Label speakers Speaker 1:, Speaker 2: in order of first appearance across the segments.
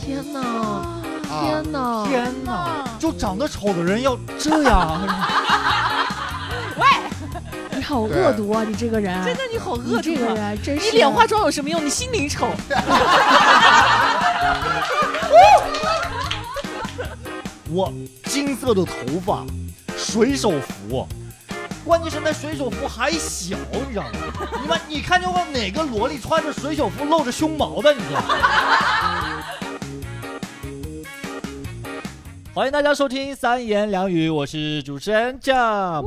Speaker 1: 天哪！
Speaker 2: 啊！
Speaker 1: 天哪！
Speaker 2: 天哪！就长得丑的人要这样，
Speaker 1: 你好恶毒啊！你这个人，
Speaker 3: 真的你好
Speaker 1: 你
Speaker 3: 恶毒
Speaker 1: 这个
Speaker 3: 啊！
Speaker 1: 人真是
Speaker 3: 你脸化妆有什么用？你心灵丑。
Speaker 2: 我金色的头发，水手服，关键是那水手服还小，你知道吗？你妈，你看见过哪个萝莉穿着水手服露着胸毛的？你知道吗？ 欢迎大家收听三言两语，我是主持人 Jump。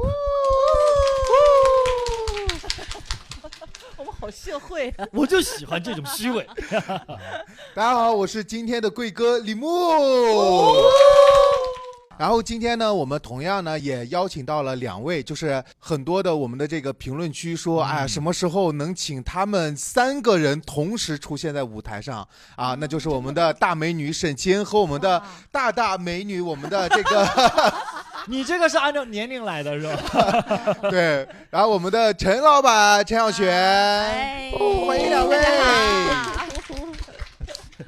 Speaker 3: 我们好社会啊！
Speaker 2: 我就喜欢这种虚伪。
Speaker 4: 大家好，我是今天的贵哥李牧。然后今天呢，我们同样呢也邀请到了两位，就是很多的我们的这个评论区说，哎呀，什么时候能请他们三个人同时出现在舞台上啊？那就是我们的大美女沈清和我们的
Speaker 1: 啊
Speaker 4: 大大美女，我们的这个
Speaker 2: 你这个是按照年龄来的是吧？
Speaker 4: 对，然后我们的陈老板陈小璇，
Speaker 3: 哎，
Speaker 1: 哦
Speaker 4: 欢迎两位。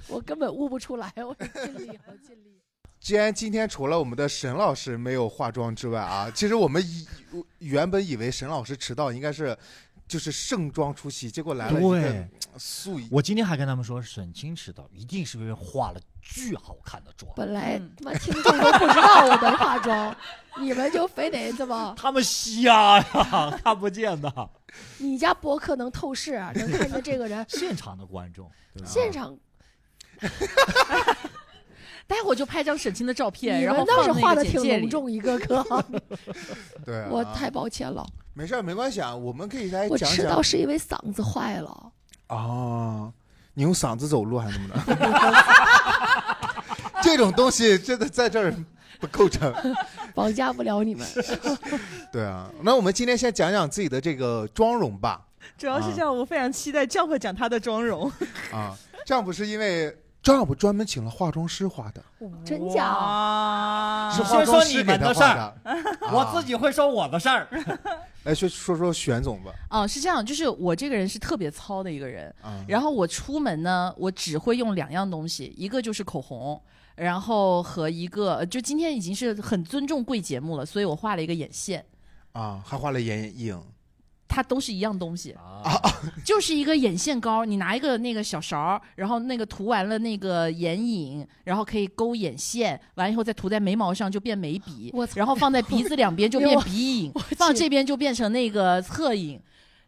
Speaker 1: 我根本悟不出来，我尽力，我尽力。
Speaker 4: 既然今天除了我们的沈老师没有化妆之外 啊，其实我们以原本以为沈老师迟到应该是就是盛装出席，结果来了一个
Speaker 2: 对，
Speaker 4: 素衣。
Speaker 2: 我今天还跟他们说，沈清迟到一定是因为化了巨好看的妆，
Speaker 1: 本来
Speaker 3: 嗯
Speaker 1: 他妈听众都不知道我能化妆， 你们就非得这么。
Speaker 2: 他们瞎呀，看不见的，
Speaker 1: 你家播客能透视啊，能看见这 个人
Speaker 2: 现场的观众，对吧
Speaker 1: 现场。
Speaker 3: 待会儿就拍张沈清的照片，
Speaker 1: 你
Speaker 3: 然后
Speaker 1: 们倒是画
Speaker 3: 放那个
Speaker 1: 的
Speaker 3: 简
Speaker 1: 挺
Speaker 3: 介
Speaker 1: 隆
Speaker 3: 里。啊
Speaker 1: 重，一个个。
Speaker 4: 对、啊，
Speaker 1: 我太抱歉了，
Speaker 4: 没事儿没关系啊，我们可以
Speaker 3: 哎
Speaker 4: 来
Speaker 1: 我
Speaker 4: 讲
Speaker 1: 迟
Speaker 4: 讲
Speaker 1: 到是因为嗓子坏了。
Speaker 4: 哦，你用嗓子走路还是怎么着？ 这种东西真的在这儿不构成。
Speaker 1: 绑架不了 你们。
Speaker 4: 对啊，那我们今天先讲讲自己的这个妆容吧。
Speaker 3: 主要是这样，我非常期待 Jump 讲他的妆容。
Speaker 4: 啊，丈夫是因为丈夫专门请了化妆师化的。
Speaker 1: 真假
Speaker 3: 哇
Speaker 4: 是
Speaker 2: 先
Speaker 4: 化妆
Speaker 2: 啊说你
Speaker 4: 师给
Speaker 2: 们
Speaker 4: 他
Speaker 2: 的
Speaker 4: 画
Speaker 2: 事儿
Speaker 4: 的。 啊
Speaker 2: 我自己会说我的事儿。
Speaker 4: 来说说说玄总吧。
Speaker 3: 啊，是这样，就是我这个人是特别糙的一个人，
Speaker 4: 啊，
Speaker 3: 然后我出门呢，我只会用两样东西，一个就是口红，然后和一个呃就今天已经是很尊重贵节目了，所以我画了一个眼线，
Speaker 4: 啊，还画了眼影。
Speaker 3: 它都是一样东西，
Speaker 2: 啊，
Speaker 3: 就是一个眼线膏，你拿一个那个小勺儿，然后那个涂完了那个眼影，然后可以勾眼线，完以后再涂在眉毛上就变眉笔
Speaker 1: 我，操
Speaker 3: 然后放在鼻子两边就
Speaker 1: 哎
Speaker 3: 变
Speaker 1: 呦
Speaker 3: 鼻影
Speaker 1: 我，
Speaker 3: 放
Speaker 1: 去
Speaker 3: 这边就变成那个侧影，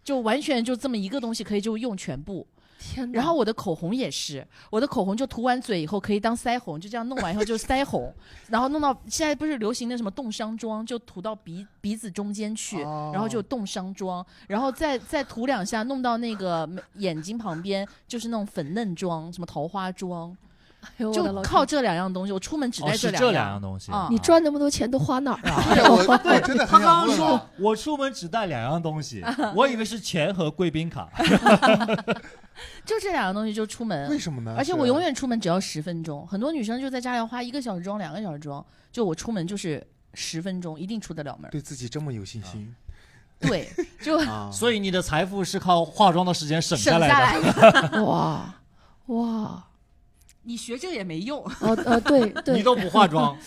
Speaker 3: 就完全就这么一个东西可以就用全部。
Speaker 1: 天哪！
Speaker 3: 然后我的口红也是，我的口红就涂完嘴以后可以当腮红，就这样弄完以后就是腮红，然后弄到现在不是流行那什么冻伤妆，就涂到鼻鼻子中间去，
Speaker 4: 哦
Speaker 3: 然后就冻伤妆，然后再再涂两下，弄到那个眉眼睛旁边就是那种粉嫩妆，什么桃花妆，
Speaker 1: 哎呦我的
Speaker 3: 就
Speaker 1: 老
Speaker 3: 靠
Speaker 1: 天，
Speaker 3: 这两样东西，我出门只
Speaker 2: 哦
Speaker 3: 带
Speaker 2: 是
Speaker 3: 两
Speaker 2: 这
Speaker 3: 样。
Speaker 2: 两样东西
Speaker 3: 啊。
Speaker 1: 你赚那么多钱都花哪儿啊？
Speaker 4: 对，我我真的
Speaker 2: 他
Speaker 4: 很
Speaker 2: 刚刚
Speaker 4: 想问
Speaker 2: 说
Speaker 4: 啊。
Speaker 2: 我出门只带两样东西，我以为是钱和贵宾卡。
Speaker 3: 就这两样东西就出
Speaker 4: 为
Speaker 3: 门。
Speaker 4: 什么呢？
Speaker 3: 而且
Speaker 4: 是
Speaker 3: 我永远出门只要十分钟，很多女生就在家要花一个小时妆、两个小时妆，就我出门就是十分钟，一定出得了门。
Speaker 4: 对自己这么有信心
Speaker 3: 对，就
Speaker 4: 啊。
Speaker 2: 所以你的财富是靠化妆的时间 省
Speaker 3: 省
Speaker 2: 下来的。
Speaker 3: 来的。
Speaker 1: 哇哇！
Speaker 3: 你学这个也没用。
Speaker 1: 哦呃， 对
Speaker 2: 你
Speaker 1: 对，
Speaker 2: 都不化妆，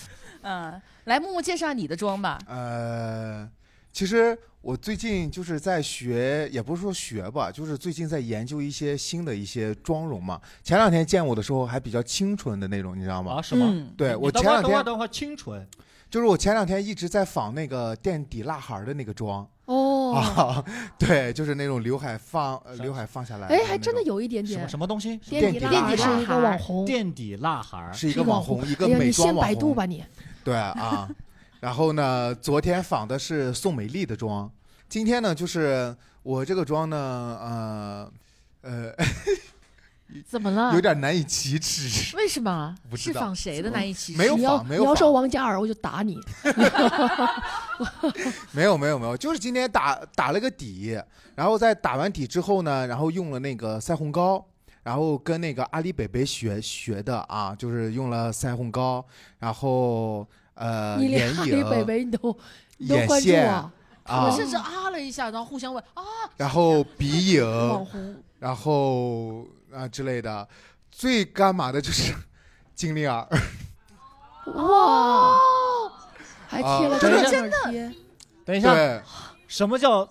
Speaker 3: 嗯，来，木木介绍你的妆吧。
Speaker 4: 呃，其实我最近就是在学，也不是说学吧，就是最近在研究一些新的一些妆容嘛。前两天见我的时候还比较清纯的那种，你知道吗？
Speaker 2: 啊？什么？
Speaker 3: 嗯
Speaker 4: 对
Speaker 2: 你
Speaker 4: 我
Speaker 2: 等
Speaker 4: 前
Speaker 2: 会儿
Speaker 4: 两
Speaker 2: 等会儿
Speaker 4: 天
Speaker 2: 等会儿，清纯。
Speaker 4: 就是我前两天一直在仿那个垫底蜡孩儿的那个妆
Speaker 1: 哦，
Speaker 4: 啊，对，就是那种刘海放呃
Speaker 2: 啥
Speaker 4: 刘海放下来，
Speaker 1: 哎，还真的有一点
Speaker 2: 什
Speaker 1: 点
Speaker 2: 么。什么东西？
Speaker 1: 垫底
Speaker 4: 垫
Speaker 1: 蜡蜡
Speaker 4: 底
Speaker 3: 蜡
Speaker 1: 是一个
Speaker 3: 孩
Speaker 1: 网红，
Speaker 2: 垫底蜡孩儿。
Speaker 4: 是一个网红，一个
Speaker 1: 哎呀，
Speaker 4: 美
Speaker 1: 你
Speaker 4: 妆
Speaker 1: 先
Speaker 4: 网
Speaker 1: 百
Speaker 4: 红。
Speaker 1: 度吧你。
Speaker 4: 对啊，然后呢，昨天仿的是宋美丽的妆，今天呢，就是我这个妆呢，呃， 呃，
Speaker 3: 怎么
Speaker 1: 啊
Speaker 3: 了
Speaker 4: 有？点难以启齿，
Speaker 3: 为什么？
Speaker 4: 不知
Speaker 3: 是
Speaker 4: 道
Speaker 3: 仿谁的难以启齿？
Speaker 4: 没有
Speaker 1: 你
Speaker 4: 仿
Speaker 1: 要
Speaker 4: 没
Speaker 1: 你
Speaker 4: 有
Speaker 1: 要
Speaker 4: 仿
Speaker 1: 说王嘉尔，我就打你。
Speaker 4: 没有没有没有，就是今天打打了个底，然后在打完底之后呢，然后用了那个腮红膏，然后跟那个阿里北北学学的啊，就是用了腮红膏，然后呃
Speaker 1: 你连
Speaker 4: 眼
Speaker 1: 哈利
Speaker 4: 影、
Speaker 1: 北北你都你都
Speaker 4: 眼
Speaker 1: 关注
Speaker 4: 线
Speaker 1: 啊？
Speaker 3: 我
Speaker 4: 啊，
Speaker 3: 甚至啊了一下，然后互相问啊，
Speaker 4: 然后鼻
Speaker 1: 网
Speaker 4: 影
Speaker 1: 红
Speaker 4: 然后啊之类的。最干嘛的就是金 丽尔，
Speaker 1: 哇，还贴了
Speaker 4: 啊真
Speaker 1: 个
Speaker 4: 的
Speaker 1: 正耳贴，
Speaker 5: 等一下，
Speaker 4: 对，
Speaker 5: 什么叫？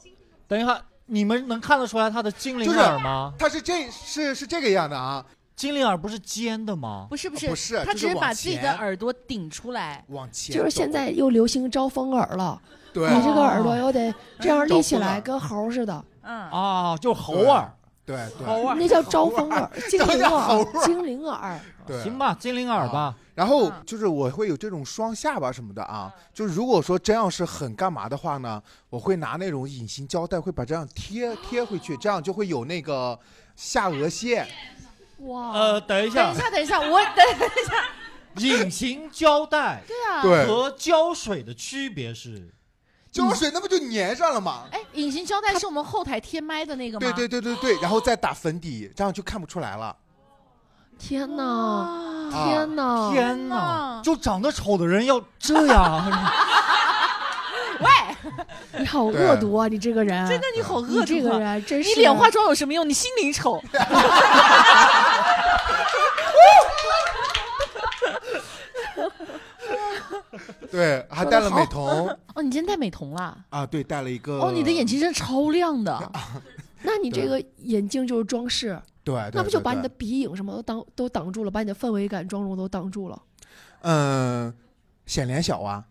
Speaker 5: 等一下，你们能看得出来他的精灵
Speaker 4: 就是
Speaker 5: 耳吗？
Speaker 4: 他是这是是这个样的啊，
Speaker 5: 精灵耳不是尖的吗？
Speaker 3: 不是不是，
Speaker 4: 哦不是
Speaker 3: 他只
Speaker 4: 就是
Speaker 3: 是把
Speaker 4: 往
Speaker 3: 自己的
Speaker 4: 前
Speaker 3: 耳朵顶出来，
Speaker 4: 往前
Speaker 1: 就是现
Speaker 4: 走
Speaker 1: 在又流行招风耳了，
Speaker 4: 对啊
Speaker 1: 你这个耳朵又得这样立起来，
Speaker 4: 招
Speaker 1: 跟猴似的，
Speaker 3: 嗯，
Speaker 5: 啊，就是猴耳。
Speaker 4: 对对
Speaker 3: 猴儿
Speaker 1: 那叫招风耳、精灵
Speaker 4: 啊叫猴
Speaker 1: 耳
Speaker 4: 儿、啊呃
Speaker 1: 精灵耳。
Speaker 4: 对，
Speaker 5: 行吧，精灵耳吧。
Speaker 4: 然后
Speaker 1: 嗯
Speaker 4: 就是我会有这种双下巴什么的啊，就是如果说真要是很干嘛的话呢，我会拿那种隐形胶带，会把这样贴贴回去，这样就会有那个下颚线。
Speaker 1: 哇，
Speaker 5: 呃，等一
Speaker 3: 等
Speaker 5: 下
Speaker 3: 一，下等一下，我等一下，
Speaker 5: 隐形胶带
Speaker 3: 对啊，
Speaker 4: 对
Speaker 2: 哦
Speaker 5: 和胶水的区别是，
Speaker 4: 胶水那不就粘上了吗？
Speaker 3: 哎，隐形胶带是我们后台贴麦的那
Speaker 1: 嗯
Speaker 3: 个吗？
Speaker 4: 对对对对对，然后再打粉底，这样就看不出来了。
Speaker 1: 天哪，
Speaker 3: 啊
Speaker 4: 啊
Speaker 1: 哦天哪！
Speaker 5: 天
Speaker 3: 哪
Speaker 5: 哪！就长得丑的人要这样，
Speaker 3: 喂，
Speaker 1: 你好
Speaker 4: 对
Speaker 1: 恶毒啊！你这个人，
Speaker 3: 真的你好恶
Speaker 1: 你这
Speaker 3: 毒
Speaker 1: 个
Speaker 3: 啊！
Speaker 1: 人真是
Speaker 3: 你脸化妆有什么用？你心灵丑。
Speaker 4: 对，还戴了美瞳
Speaker 3: 哦，你今天戴美瞳了？
Speaker 4: 啊，对，戴了一个。
Speaker 3: 哦，你的眼睛真的超亮的。
Speaker 4: 呃
Speaker 1: 那你这个眼镜就是装饰，
Speaker 4: 对，对
Speaker 1: 那不就把你？的
Speaker 4: 对对
Speaker 1: 鼻影什么都挡都挡住了，把你的氛围感、妆容都挡住了。
Speaker 4: 嗯，显脸小啊。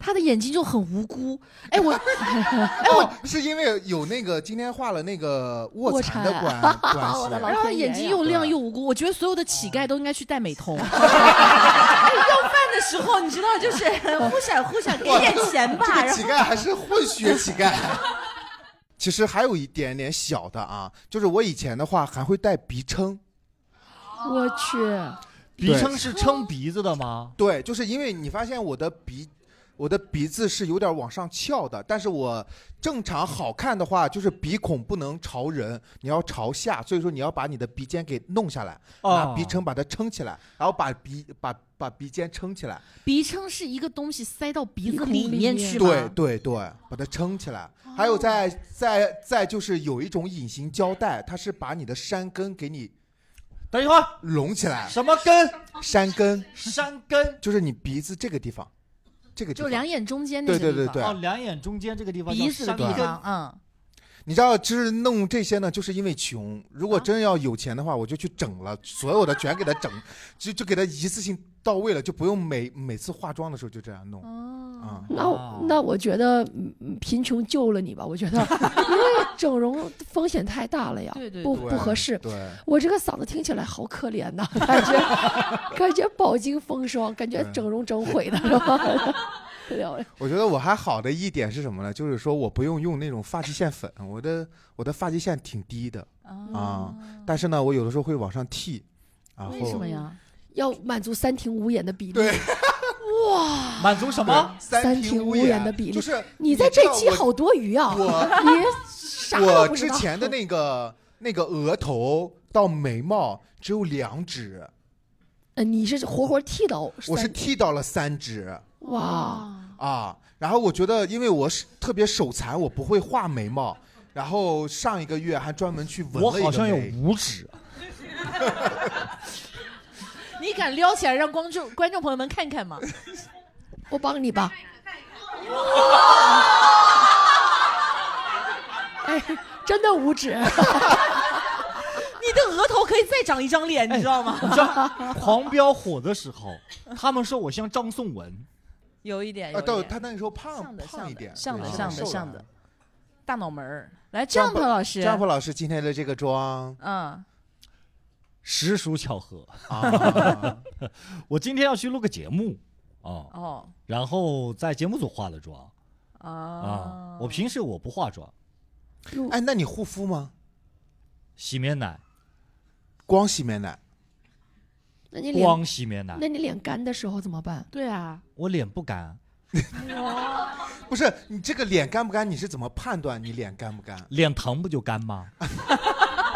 Speaker 3: 他的眼睛就很无辜，哎，我
Speaker 1: 哎
Speaker 4: 哦，是因为有那个今天画了那个卧
Speaker 1: 卧
Speaker 4: 蚕的
Speaker 1: 蚕
Speaker 4: 关 关
Speaker 1: 我的
Speaker 4: 系
Speaker 1: 老。
Speaker 3: 然后眼睛又亮
Speaker 4: 对
Speaker 3: 又无辜，我觉得所有的乞丐都应该去戴美瞳。 哎要饭的时候，你知道，就是 忽闪忽闪，给点钱吧，
Speaker 4: 这
Speaker 3: 然
Speaker 4: 个乞
Speaker 3: 后
Speaker 4: 丐还是混血乞丐。 其实还有一点点小的啊，就是我以前的话还会带鼻撑，
Speaker 1: 我去，
Speaker 5: 鼻撑是撑鼻子的吗？
Speaker 4: 对，就是因为你发现我的鼻，我的鼻子是有点往上翘的，但是我正常好看的话，就是鼻孔不能朝人，你要朝下，所以说你要把你的鼻尖给弄下来，
Speaker 2: 哦
Speaker 5: 哦
Speaker 4: 拿鼻撑把它撑起来，然后把鼻把把鼻尖撑起来，
Speaker 3: 鼻撑是一个东西塞到鼻子
Speaker 1: 孔里
Speaker 3: 里面去吗？哦
Speaker 4: 对对对，把它撑起来。还有再再再就是有一种隐形胶带，它是把你的山根给你
Speaker 5: 等一会儿，
Speaker 4: 拢起来，
Speaker 5: 什么根？
Speaker 4: 山根
Speaker 5: 山根。
Speaker 4: 就是你鼻子这个地方，这个地
Speaker 3: 就
Speaker 4: 方。
Speaker 3: 两眼中间那个地
Speaker 4: 对
Speaker 3: 方，
Speaker 4: 对对对
Speaker 5: 哦，两眼中间这个地方叫
Speaker 3: 鼻子的
Speaker 5: 山
Speaker 3: 地
Speaker 5: 根，
Speaker 3: 方，嗯，
Speaker 4: 你知道，就是弄这些呢，就是因为穷。如
Speaker 3: 啊
Speaker 4: 果真要有钱的话，我就去整了，所有的全给它整， 就就给它一次性到位了，就不用每每次化妆的时候就这样弄啊
Speaker 3: 哦，。
Speaker 1: 那
Speaker 5: 哦
Speaker 1: 我那我觉得嗯嗯贫穷救了你吧，我觉得，因为整容风险太大了呀，
Speaker 3: 对对
Speaker 1: 不
Speaker 4: 对
Speaker 1: 不合适。
Speaker 4: 对，
Speaker 1: 我这个嗓子听起来好可怜呐，感觉感觉饱经风霜，感觉
Speaker 4: 对
Speaker 1: 整容整毁的是吧？ 聊聊
Speaker 4: 我觉得我还好的一点是什么呢？就是说我不用用那种发际线粉，我的我的发际线挺低的，
Speaker 3: 哦
Speaker 4: 啊
Speaker 1: 嗯
Speaker 4: 但是呢，我有的时候会往上剃，然后
Speaker 3: 为什么呀？
Speaker 1: 要满足三庭五眼的比例。
Speaker 4: 对
Speaker 5: 满足什么？
Speaker 1: 三
Speaker 4: 庭
Speaker 1: 庭
Speaker 4: 五
Speaker 1: 五
Speaker 4: 眼
Speaker 1: 眼的比例
Speaker 4: 就是
Speaker 1: 你在这期
Speaker 4: 知道
Speaker 1: 好多余啊！
Speaker 4: 我我
Speaker 1: 你 啥都
Speaker 4: 我
Speaker 1: 不知
Speaker 4: 之
Speaker 1: 道。
Speaker 4: 前的那个那个额头到眉毛只有两指，
Speaker 1: 呃，你是活活剃刀，
Speaker 4: 我是
Speaker 1: 三
Speaker 4: 剃到了三指
Speaker 1: 哇，
Speaker 4: 啊。然后我觉得，因为我是特别手残，我不会画眉毛。然后上一个月还专门去纹
Speaker 5: 我
Speaker 4: 了一
Speaker 5: 好
Speaker 4: 个
Speaker 5: 像有
Speaker 4: 眉。
Speaker 5: 五指，
Speaker 3: 你敢撩起来让观众观众朋友们看 看吗？
Speaker 1: 我帮你吧。哎，真的五指，
Speaker 3: 你的额头可以再长一张
Speaker 4: 哎
Speaker 3: 脸，你知道吗？
Speaker 5: 你知道黄标火的时候，他们说我像张颂文，
Speaker 3: 有一点，
Speaker 4: 啊，
Speaker 3: 有
Speaker 4: 对，
Speaker 3: 一
Speaker 4: 他
Speaker 3: 点，
Speaker 4: 那时候胖
Speaker 3: 像的
Speaker 4: 胖一点，
Speaker 3: 像的
Speaker 4: 对
Speaker 3: 像的
Speaker 4: 瘦了
Speaker 3: 像的。大脑门儿，来
Speaker 4: Jump-
Speaker 3: jump 老师
Speaker 5: 啊
Speaker 4: Jump 老师今天的这 个妆
Speaker 3: 嗯，
Speaker 5: 实属巧合。
Speaker 4: 啊，
Speaker 5: 我今天要去录个节目，啊，
Speaker 3: 哦，
Speaker 5: 然后在节目组化的妆
Speaker 3: 啊，
Speaker 5: 啊。我平时我不化妆，
Speaker 4: 哎，那你护肤吗？
Speaker 5: 洗面奶，
Speaker 4: 光洗面奶
Speaker 1: 那你脸，
Speaker 5: 光洗面奶
Speaker 2: 啊
Speaker 1: 那。你脸干的时候怎么办？
Speaker 3: 对啊，
Speaker 5: 我脸不干，
Speaker 4: 不是你这个脸干不干？你是怎么判断你脸干不干？
Speaker 5: 脸疼不就干吗？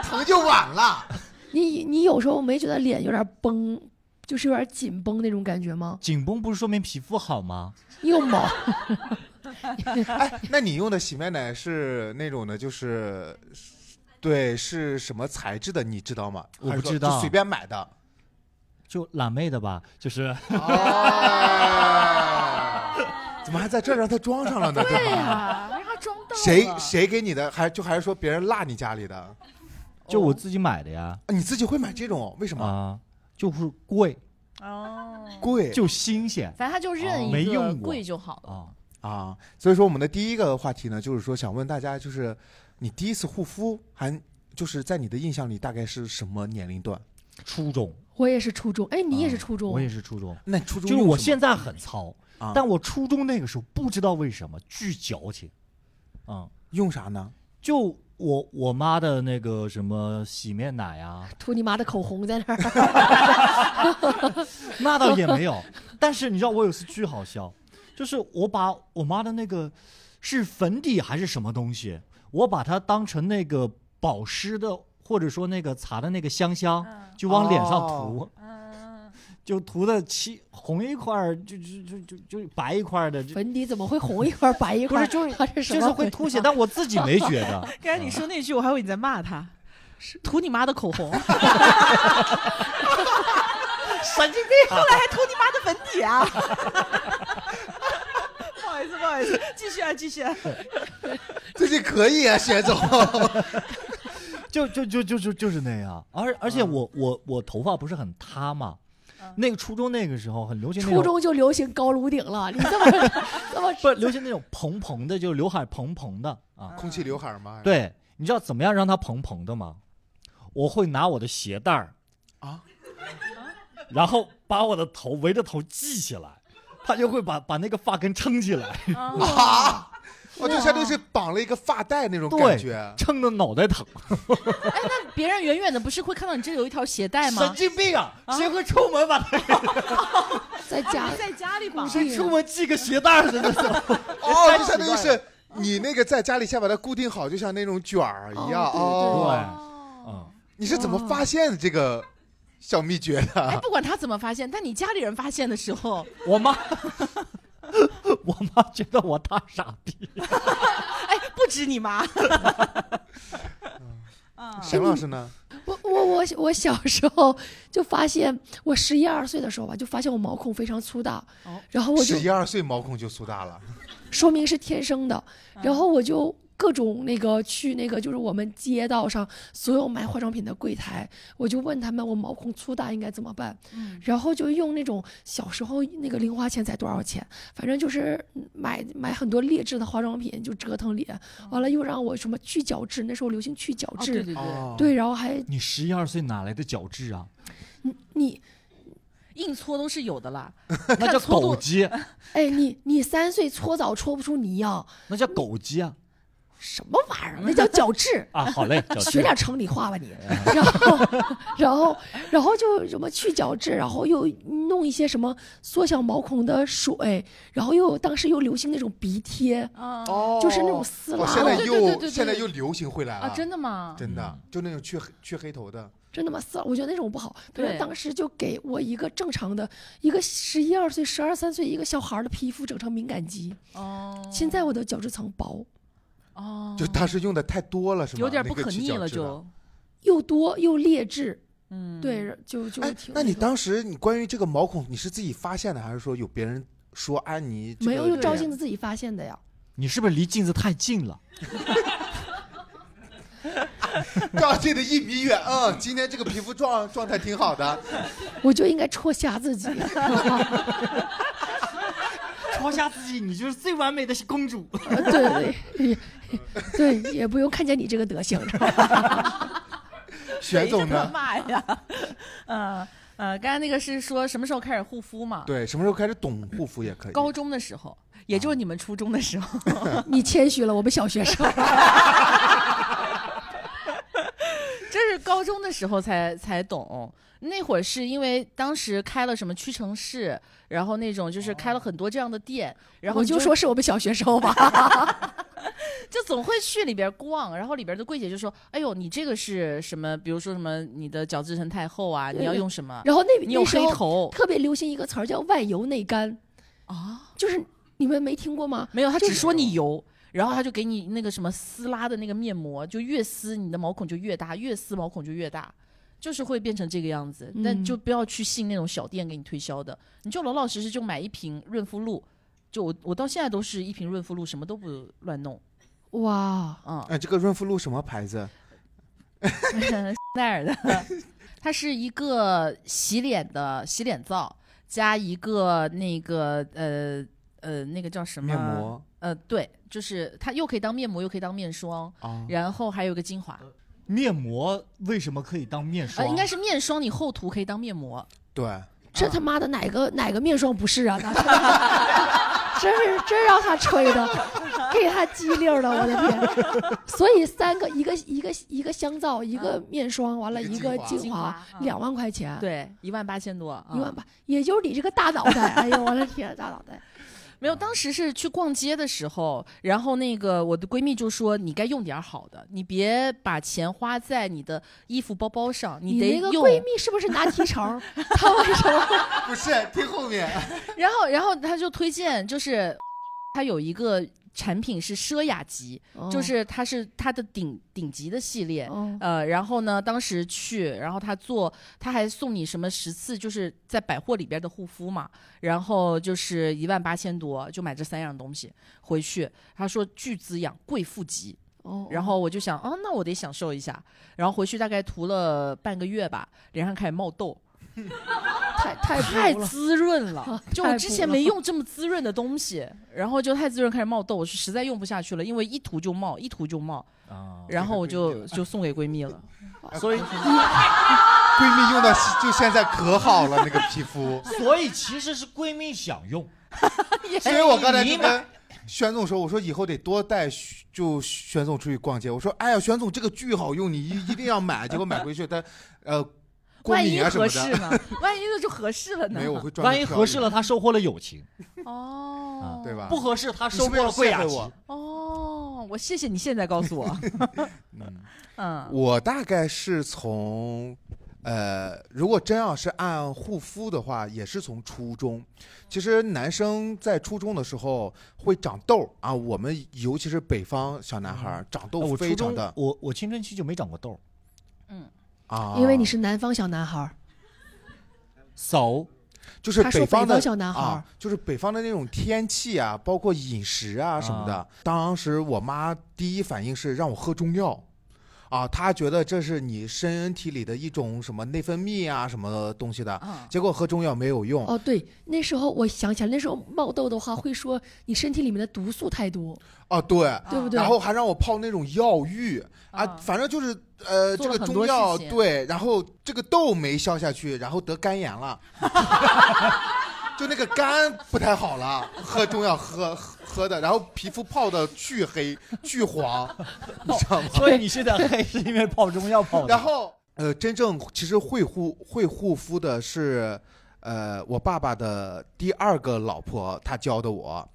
Speaker 4: 疼就晚 了。
Speaker 1: 你你有时候没觉得脸有点绷，就是有点紧绷那种感觉吗？
Speaker 5: 紧绷不是说明皮肤好吗？
Speaker 1: 你有毛？
Speaker 4: 哎，那你用的洗面奶是那种的，就是对，是什么材质的，你知道吗？
Speaker 5: 我
Speaker 4: 还是
Speaker 5: 不
Speaker 4: 说
Speaker 5: 知
Speaker 4: 就
Speaker 5: 道
Speaker 4: 随便买的。
Speaker 2: 就懒妹的吧，就是
Speaker 4: 哦， 怎么还在这儿让他装上了呢？
Speaker 2: 啊
Speaker 3: 对
Speaker 4: 干嘛
Speaker 3: 呀，让他装到
Speaker 4: 谁
Speaker 3: 了
Speaker 4: 谁给你的？还就还是说别人落你家里的？啊
Speaker 2: 就我自己买的呀
Speaker 4: 你自己会买这种？哦为什么？
Speaker 2: 啊，就是贵
Speaker 3: 哦，
Speaker 4: 贵
Speaker 2: 嗯就新鲜
Speaker 3: 反正他就认
Speaker 2: 哦没
Speaker 3: 一个
Speaker 2: 用过
Speaker 3: 贵就好了。
Speaker 2: 啊，
Speaker 4: 啊，所以说我们的第一个话题呢，就是说想问大家，就是你第一次护肤，还就是在你的印象里大概是什么年龄段？
Speaker 2: 初中
Speaker 1: 我也是初中，哎，你也是
Speaker 2: 啊
Speaker 1: 初中，
Speaker 2: 我也是初中，
Speaker 4: 那你初中
Speaker 2: 就是我现
Speaker 4: 现
Speaker 2: 在很糙，
Speaker 4: 啊
Speaker 2: 但我初中那个时候不知道为什么巨矫情，嗯，
Speaker 4: 用啥呢？
Speaker 2: 就我我妈的那个什么洗面奶啊，
Speaker 1: 涂你妈的口红在那儿，
Speaker 2: 那倒也没有，但是你知道我有一次巨好笑，就是我把我妈的那个是粉底还是什么东西，我把它当成那个保湿的，或者说那个擦的那个香香，
Speaker 3: 嗯
Speaker 2: 就往脸上涂，
Speaker 4: 哦
Speaker 3: 嗯，
Speaker 2: 就涂的漆红一块儿，就就就就就白一块儿的，就
Speaker 1: 粉底怎么会红一块儿白一
Speaker 2: 不
Speaker 1: 块儿？
Speaker 2: 是就是
Speaker 1: 它是什
Speaker 2: 就
Speaker 1: 么？啊
Speaker 2: 是会凸显，。但我自己没觉 得。
Speaker 3: 刚才你说那句，我还以为你在骂
Speaker 5: 啊
Speaker 3: 他，涂你妈的 口红，后
Speaker 5: 神经病！啊
Speaker 3: 来还涂你妈的粉底啊！ 不好意思，不好意思，继续啊，继续啊。
Speaker 4: 最近可以啊，薛总。
Speaker 2: 就就就就就就是那样。而而且
Speaker 1: 嗯
Speaker 2: 我我我头发不是很塌嘛，那个初中那个时候很流行那种，
Speaker 1: 初中就流行高颅顶了，你 这么这么
Speaker 2: 不是流行那种蓬蓬的，就是刘海蓬蓬的
Speaker 1: 嗯
Speaker 2: 啊。
Speaker 4: 空气刘海吗？
Speaker 2: 对，你知道怎么样让它蓬蓬的吗？我会拿我的鞋带儿
Speaker 4: 啊，
Speaker 2: 然后把我的头围着头系起来，它就会把把那个发根撑起来，
Speaker 4: 啊，我就相当于是绑了一个发带那种感觉啊
Speaker 2: 对，。撑得脑袋疼。
Speaker 3: 别人远远的不是会看到你这里有一条鞋带
Speaker 2: 神
Speaker 3: 吗？
Speaker 2: 经病啊！谁会出门把它
Speaker 1: 在家
Speaker 3: 啊在家里绑啊
Speaker 1: 谁
Speaker 2: 出门系个鞋带儿似的？
Speaker 4: 哦，就相当于是你那个在家里先把它固定好，就像那种卷儿一样。
Speaker 2: 对
Speaker 4: 哦，
Speaker 2: 嗯，
Speaker 4: 你是怎么发现这个小秘诀
Speaker 5: 啊
Speaker 4: 的？
Speaker 3: 哎，不管他怎么发现，但你家里人发现的时候，
Speaker 2: 我妈， 我妈觉得我大傻逼。
Speaker 3: 哎，不止你 妈。啊，
Speaker 2: 嗯
Speaker 4: 沈老师呢？
Speaker 1: 我我我我小时候就发现，我十一二岁的时候吧，就发现我毛孔非常粗大，
Speaker 3: 哦
Speaker 1: 然后我就
Speaker 4: 十一二岁毛孔就粗大了，
Speaker 1: 说明是天生的，
Speaker 3: 嗯
Speaker 1: 然后我就。各种那个去那个就是我们街道上所有卖化妆品的柜台，我就问他们我毛孔粗大应该怎么办，
Speaker 3: 嗯
Speaker 1: 然后就用那种小时候那个零花钱才多少钱，反正就是买买很多劣质的化妆品就折腾脸，完了又让我什么去角质，那时候流行去角
Speaker 3: 哦对
Speaker 1: 质，
Speaker 3: 对对，
Speaker 4: 哦，
Speaker 1: 对，然后还
Speaker 2: 你十一二岁哪来的角质 啊？
Speaker 1: 你
Speaker 3: 硬搓都是有的啦。
Speaker 2: 那叫狗肌，
Speaker 1: 哎你你三岁搓澡搓不出泥呀、
Speaker 2: 那叫狗肌啊！。
Speaker 1: 什么玩意儿？那 叫角质
Speaker 2: 啊，好嘞，角
Speaker 1: 学
Speaker 2: 质。
Speaker 1: 点城里话吧你，然后，然后，然后就什么去角质，然后又弄一些什么缩小毛孔的水，然后又当时又流行那种鼻贴，
Speaker 3: 啊
Speaker 4: 哦
Speaker 1: 就是那种撕啊
Speaker 4: 我
Speaker 1: 拉
Speaker 4: 现在
Speaker 1: 的，
Speaker 3: 对对对对
Speaker 4: 又
Speaker 3: 对
Speaker 4: 现在又流行回来
Speaker 3: 啊，
Speaker 4: 了，
Speaker 3: 真的吗？哦
Speaker 4: 真的
Speaker 2: 嗯
Speaker 4: 就那种去黑去黑头的，
Speaker 1: 真的吗？撕拉，我觉得那种不好。
Speaker 3: 对
Speaker 1: 但是当时就给我一个正常的，一个十一二岁、十二三岁一个小孩儿的皮肤整成敏感肌。
Speaker 3: 哦，
Speaker 1: 现在我的角质层薄，
Speaker 3: 哦，
Speaker 4: 就当时用的太多了，是吗？
Speaker 3: 有点不
Speaker 4: 那个
Speaker 3: 可
Speaker 4: 去
Speaker 3: 逆
Speaker 4: 角
Speaker 3: 了，
Speaker 4: 质的
Speaker 3: 就
Speaker 1: 又多又劣质，
Speaker 3: 嗯，
Speaker 1: 对，就就
Speaker 4: 哎
Speaker 1: 挺。，
Speaker 4: 那你
Speaker 1: 个
Speaker 4: 当时你关于这个毛孔，你是自己发现的，还是说有别人说啊你这
Speaker 1: 没有
Speaker 4: 个
Speaker 1: 用照
Speaker 4: 脸
Speaker 1: 镜子自己发现的呀？
Speaker 2: 你是不是离镜子太近了？
Speaker 4: 照镜子一米远？嗯，今天这个皮肤状状态挺好的，
Speaker 1: 我就应该戳瞎自 己。
Speaker 2: 戳瞎自己，你就是最完美的公主。
Speaker 1: 对对 对，对也不用看见你这个德行。
Speaker 4: 玄总
Speaker 3: 的
Speaker 4: 呢？
Speaker 3: 骂呀， 嗯呃，刚才那个是说什么时候开始护肤嘛？
Speaker 4: 对，什么时候开始懂护肤也可以？
Speaker 3: 高中的时候，也就是你们初中的时候。
Speaker 1: 你谦虚了，我们小学生。
Speaker 3: 这是高中的时候才才懂。那会儿是因为当时开了什么屈臣氏，然后那种就是开了很多这样的店，然后
Speaker 1: 我
Speaker 3: 你就
Speaker 1: 就说是我们小学生吧。
Speaker 3: 就总会去里边逛，然后里边的柜姐就说：“哎呦，你这个是什么？比如说什么你的角质层太厚啊，
Speaker 1: 对
Speaker 3: 你要用什么？
Speaker 1: 然后那
Speaker 3: 你有
Speaker 1: 那时
Speaker 3: 黑
Speaker 1: 候
Speaker 3: 头
Speaker 1: 特别流行一个词儿叫“万油内干
Speaker 3: 啊？”，
Speaker 1: 哦就是你们没听过吗？嗯
Speaker 3: 没有，他
Speaker 1: 就
Speaker 3: 只说你油，然后他就给你那个什么撕拉的那个面膜，就越撕你的毛孔就越大，越撕毛孔就越大，就是会变成这个样子。但
Speaker 1: 嗯
Speaker 3: 就不要去信那种小店给你推销的，你就老老实实就买一瓶润肤露。就我我到现在都是一瓶润肤露，什么都不乱弄，
Speaker 1: 哇，
Speaker 3: 嗯，
Speaker 4: 哎，这个润肤露什么牌子？
Speaker 3: 奈尔的， 它是一个洗脸的洗脸皂，加一个那个呃呃那个叫什么
Speaker 4: 面膜
Speaker 3: 呃，对，就是它又可以当面膜，又可以当面霜，
Speaker 4: 啊，
Speaker 3: 然后还有一个精华，
Speaker 2: 面膜为什么可以当面
Speaker 3: 呃，
Speaker 2: 霜？
Speaker 3: 应该是面霜，你后涂可以当面膜。
Speaker 4: 对，
Speaker 1: 这
Speaker 3: 嗯
Speaker 1: 他妈的哪个哪个面霜不是啊？那真是 真是真让他吹的，给他机灵了，我的 天！所以三个，一个一个一个香皂，一个面霜，完了
Speaker 4: 一个
Speaker 1: 一个
Speaker 4: 精
Speaker 1: 精
Speaker 3: 华
Speaker 1: 华
Speaker 3: 嗯精华，嗯
Speaker 1: 两万块钱，
Speaker 3: 对，一万八千多，
Speaker 1: 一万
Speaker 3: 嗯
Speaker 1: 八，也就是你这个大脑袋，哎呦我的天，大脑 袋！
Speaker 3: 没有，当时是去逛街的时候，然后那个我的闺蜜就说：“你该用点好的，你别把钱花在你的衣服、包包上，
Speaker 1: 你
Speaker 3: 得
Speaker 1: 那个
Speaker 3: 用。
Speaker 1: 闺蜜是不是拿提成？她为什么？
Speaker 4: 不是听后面，
Speaker 3: 然后，然后她就推荐，就是她有一个产品是奢雅集，
Speaker 1: 嗯
Speaker 3: 就是它是它的顶顶级的系列，
Speaker 1: 哦，
Speaker 3: 呃，然后呢，当时去，然后他做，他还送你什么十次，就是在百货里边的护肤嘛，然后就是一万八千多，就买这三样东西回去。他说巨滋养，贵妇级。
Speaker 1: 哦，
Speaker 3: 然后我就想，哦，那我得享受一下。然后回去大概涂了半个月吧，脸上开始冒痘，
Speaker 1: 太 太
Speaker 3: 太
Speaker 1: 补了。
Speaker 3: 滋润了 就我
Speaker 1: 太
Speaker 3: 之
Speaker 1: 补
Speaker 3: 前
Speaker 1: 了
Speaker 3: 没用这么滋润的东西，然后就太滋润开始冒痘，我是实在用不下去了，因为一涂就冒，一涂就
Speaker 1: 哦
Speaker 3: 冒，
Speaker 2: 啊，
Speaker 3: 然后我
Speaker 4: 这个闺
Speaker 3: 就就送给闺蜜了。
Speaker 2: 所以
Speaker 4: 闺蜜用的是就现在可好了那个 皮肤，
Speaker 2: 所以其实是闺蜜想用，
Speaker 4: 所以我刚才
Speaker 2: 你
Speaker 4: 就跟玄总说，我说以后得多带徐就玄总出去逛街，我说哎呀，玄总这个巨好用，你一 一定要买，结果买回去他呃过
Speaker 3: 万一
Speaker 4: 敏啊什
Speaker 3: 合
Speaker 4: 么
Speaker 3: 适
Speaker 4: 的，
Speaker 3: 呢？万一那就合适了呢？
Speaker 4: 没有我会专门
Speaker 2: 万一合适了，她收获了友情；
Speaker 3: 哦
Speaker 4: 挑一个，
Speaker 3: 啊
Speaker 4: 对吧？
Speaker 2: 不合适，她
Speaker 4: 你
Speaker 2: 收
Speaker 4: 是不
Speaker 2: 获
Speaker 4: 是要
Speaker 2: 了贵啊雅
Speaker 4: 谢
Speaker 2: 集
Speaker 4: 谢。我
Speaker 3: 哦，我谢谢你现在告诉我。
Speaker 4: 嗯，
Speaker 1: 啊
Speaker 3: 嗯，
Speaker 4: 我大概是从，呃，如果真要是按护肤的话，也是从初中。其实男生在初中的时候会长痘儿啊，我们尤其是北方小男孩
Speaker 1: 嗯
Speaker 4: 儿长
Speaker 2: 哎
Speaker 4: 痘
Speaker 2: 我
Speaker 4: 非
Speaker 2: 初
Speaker 4: 常
Speaker 2: 中
Speaker 4: 的，
Speaker 2: 我我青春期就没长过痘
Speaker 4: 啊，
Speaker 1: 因为你是南方小男孩儿，
Speaker 2: ，so
Speaker 4: 就是
Speaker 1: 他说
Speaker 4: 北方
Speaker 1: 北
Speaker 4: 的
Speaker 1: 方小男孩儿
Speaker 4: 啊，就是北方的那种天气啊，包括饮食啊什么的。当时我妈第一反应是让我喝中药，啊，她觉得这是你身体里的一种什么内分泌啊什么东西的。
Speaker 3: 啊，
Speaker 4: 结果喝中药没有用，
Speaker 1: 哦，对，那时候我想起来，那时候冒痘的 话会说你身体里面的毒素太多，
Speaker 4: 啊，对，
Speaker 1: 对不对
Speaker 4: 然后还让我泡那种药浴啊，
Speaker 3: 啊
Speaker 4: 反正就是呃，
Speaker 3: 做
Speaker 4: 这
Speaker 3: 了很
Speaker 4: 个中
Speaker 3: 多
Speaker 4: 药
Speaker 3: 事情
Speaker 4: 对，然后这个痘没消下去，然后得肝炎了， 就那个肝不太好了，喝中药喝喝的，然后皮肤泡的巨黑巨黄，你知道吗？
Speaker 2: 所以你现在黑是因为泡中药泡的。
Speaker 4: 然后呃，真正其实会护会护肤的是，呃，我爸爸的第二个老婆，她教的我，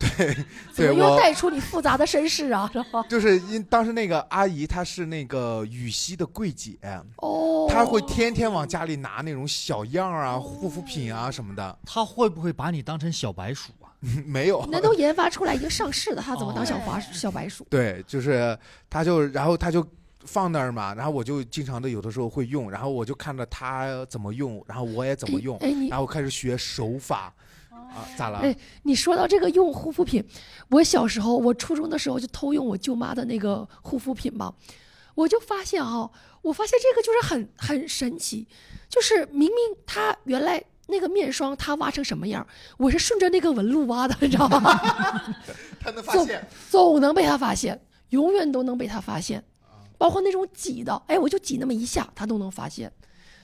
Speaker 1: 怎
Speaker 4: 对，
Speaker 1: 么
Speaker 4: 对
Speaker 1: 又
Speaker 4: 我
Speaker 1: 带出你复杂的身世 啊？是吧？
Speaker 4: 就是因当时那个阿姨她是那个羽西的柜姐，
Speaker 1: 哦，
Speaker 4: 她会天天往家里拿那种小样儿啊、护肤品啊什么的，
Speaker 2: 他会不会把你当成小白鼠啊？
Speaker 4: 没有。
Speaker 1: 那都研发出来已经上市的，他怎么当小
Speaker 3: 哦
Speaker 1: 华小白鼠？
Speaker 4: 对，就是她就然后她就放那儿嘛，然后我就经常的有的时候会用，然后我就看着她怎么用，然后我也怎么用，啊嗯
Speaker 1: 哎，哎你
Speaker 4: 然后开始学手法啊，咋了？
Speaker 1: 哎你说到这个用护肤品，我小时候，我初中的时候就偷用我舅妈的那个护肤品嘛，我就发现哈、我发现这个就是很很神奇，就是明明它原来那个面霜它挖成什么样，我是顺着那个纹路挖的，你知道吗？
Speaker 4: 她能
Speaker 1: 总总能被他发现，永远都能被他发现，包括那种挤的，哎，我就挤那么一下，他都能发现，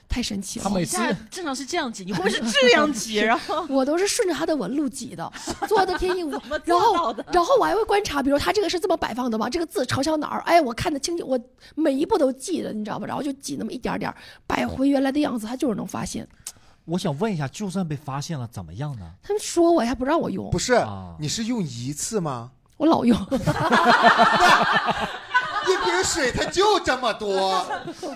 Speaker 1: 太神奇
Speaker 2: 他
Speaker 1: 了。
Speaker 2: 每
Speaker 3: 一
Speaker 2: 次
Speaker 3: 下正常是这样挤，你会不会是 这样挤？然后
Speaker 1: 我都是顺着他的纹路挤 的，做的天衣无缝
Speaker 3: 么。做
Speaker 1: 然
Speaker 3: 到
Speaker 1: 后
Speaker 3: 的，
Speaker 1: 然后我还会观察，比如他这个是这么摆放的吗？这个字朝向哪儿？哎，我看得清楚，我每一步都记着，你知道吗？然后就挤那么一点儿点儿，摆回原来的样子，他就是能发现。
Speaker 2: 我想问一下，就算被发现了，怎么样呢？
Speaker 1: 他们说我还不让我用
Speaker 4: 不，是、
Speaker 2: 啊
Speaker 4: 你是用一次吗？
Speaker 1: 我老用，
Speaker 4: 一瓶人水它就这么多，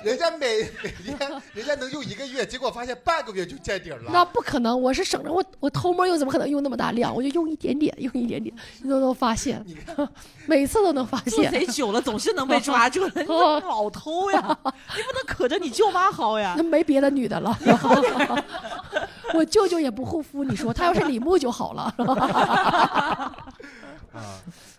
Speaker 4: 人家每每天人家能用一个月，结果发现半个月就见底儿
Speaker 1: 那
Speaker 4: 了。
Speaker 1: 不可能，我是省着我我偷摸用，怎么可能用那么大 量？我就用一点点，用一点点，你都能发现， 每次都能发
Speaker 3: 做
Speaker 1: 现。
Speaker 3: 贼久了总是能被抓住 的，你怎么老偷呀？你不能可着你舅妈薅呀
Speaker 1: 那！没别的女的了， 我舅舅也不护肤，你说他要是李牧就好了。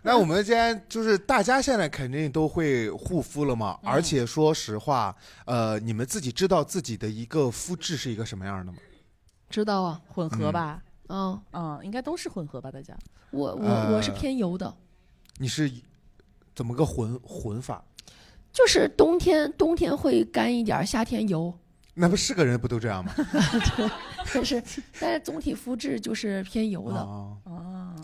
Speaker 4: 那我们今天就是大家现在肯定都会护肤了嘛，而且说实话，呃，你们自己知道自己的一个肤质是一个什么样的吗？
Speaker 1: 知道啊，
Speaker 3: 混合吧，
Speaker 1: 嗯，
Speaker 3: 嗯，应该都是混合吧，大家。
Speaker 1: 我我
Speaker 4: 呃
Speaker 1: 我是偏油的，
Speaker 4: 你是怎么个混混法？
Speaker 1: 就是冬天冬天会干一点儿，夏天油，
Speaker 4: 那不是个人不都这样吗？
Speaker 1: 但是但是总体肤质就是偏油的。
Speaker 4: 啊，
Speaker 3: 啊，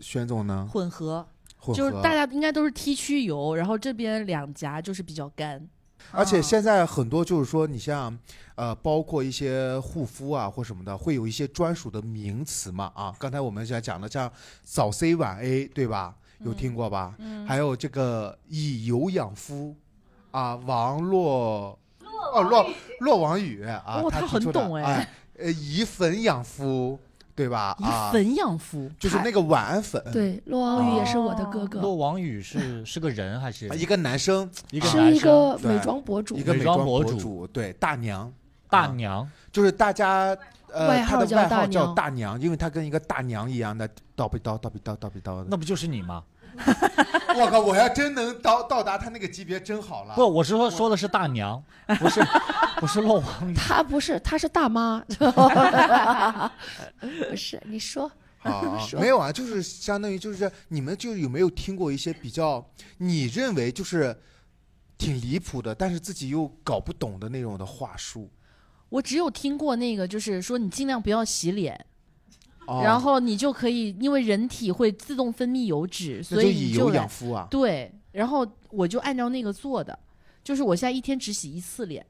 Speaker 4: 玄总呢？
Speaker 3: 混合
Speaker 4: 混合
Speaker 3: 就是大家应该都是 T 区油，然后这边两颊就是比较干。
Speaker 4: 而且
Speaker 3: 啊
Speaker 4: 现在很多就是说，你像呃，包括一些护肤啊或什么的，会有一些专属的名词嘛啊。刚才我们想讲的像早 C 晚 A 对吧？有听过吧？还有这个以油养肤啊，王洛哦洛洛王语啊，
Speaker 3: 哦他
Speaker 4: 他
Speaker 3: 很
Speaker 4: 提出的
Speaker 3: 懂哎
Speaker 4: 哎，呃以粉养肤对吧？
Speaker 3: 以
Speaker 4: 啊，
Speaker 3: 粉养肤，
Speaker 4: 就是那个晚安粉，
Speaker 1: 对，骆王宇也是我的哥
Speaker 2: 洛
Speaker 1: 哥，
Speaker 2: 王宇是 是个人还是
Speaker 4: 啊一个男生
Speaker 2: 一
Speaker 4: 个
Speaker 1: 是
Speaker 2: 男
Speaker 1: 一
Speaker 2: 生
Speaker 1: 个美妆博主
Speaker 4: 一，个
Speaker 2: 美
Speaker 4: 美
Speaker 2: 妆
Speaker 4: 妆
Speaker 2: 博
Speaker 4: 博
Speaker 2: 主
Speaker 4: 主，对大娘
Speaker 2: 大
Speaker 4: 啊
Speaker 2: 娘？
Speaker 4: 就是大家呃，
Speaker 1: 外
Speaker 4: 他
Speaker 1: 号
Speaker 4: 的
Speaker 1: 叫
Speaker 4: 外
Speaker 1: 大
Speaker 4: 号叫
Speaker 1: 娘
Speaker 4: 大娘，因为他跟一个大娘一样的叨逼叨叨逼叨叨逼叨
Speaker 2: 那
Speaker 4: 的。
Speaker 2: 不就是你吗？
Speaker 4: 我靠！我要真能到到达他那个级别，真好 了
Speaker 2: 不，我是说说的是大娘，不是 不是洛
Speaker 3: 嗯
Speaker 2: 王宇。
Speaker 1: 他不是，他是大 妈，不是，你说！
Speaker 4: 啊
Speaker 1: 说
Speaker 4: 没有啊，就是相当于就是你们就是有没有听过一些比较你认为就是挺离谱的，但是自己又搞不懂的那种的话术？
Speaker 3: 我只有听过那个，就是说你尽量不要洗脸，
Speaker 4: 啊
Speaker 3: 然后你就可以，因为人体会自动分泌油脂，
Speaker 4: 那
Speaker 3: 所
Speaker 4: 就
Speaker 3: 以
Speaker 4: 以
Speaker 3: 你
Speaker 4: 油
Speaker 3: 就来
Speaker 4: 养肤啊。
Speaker 3: 对，然后我就按照那个做的，就是我现在一天只洗一次脸，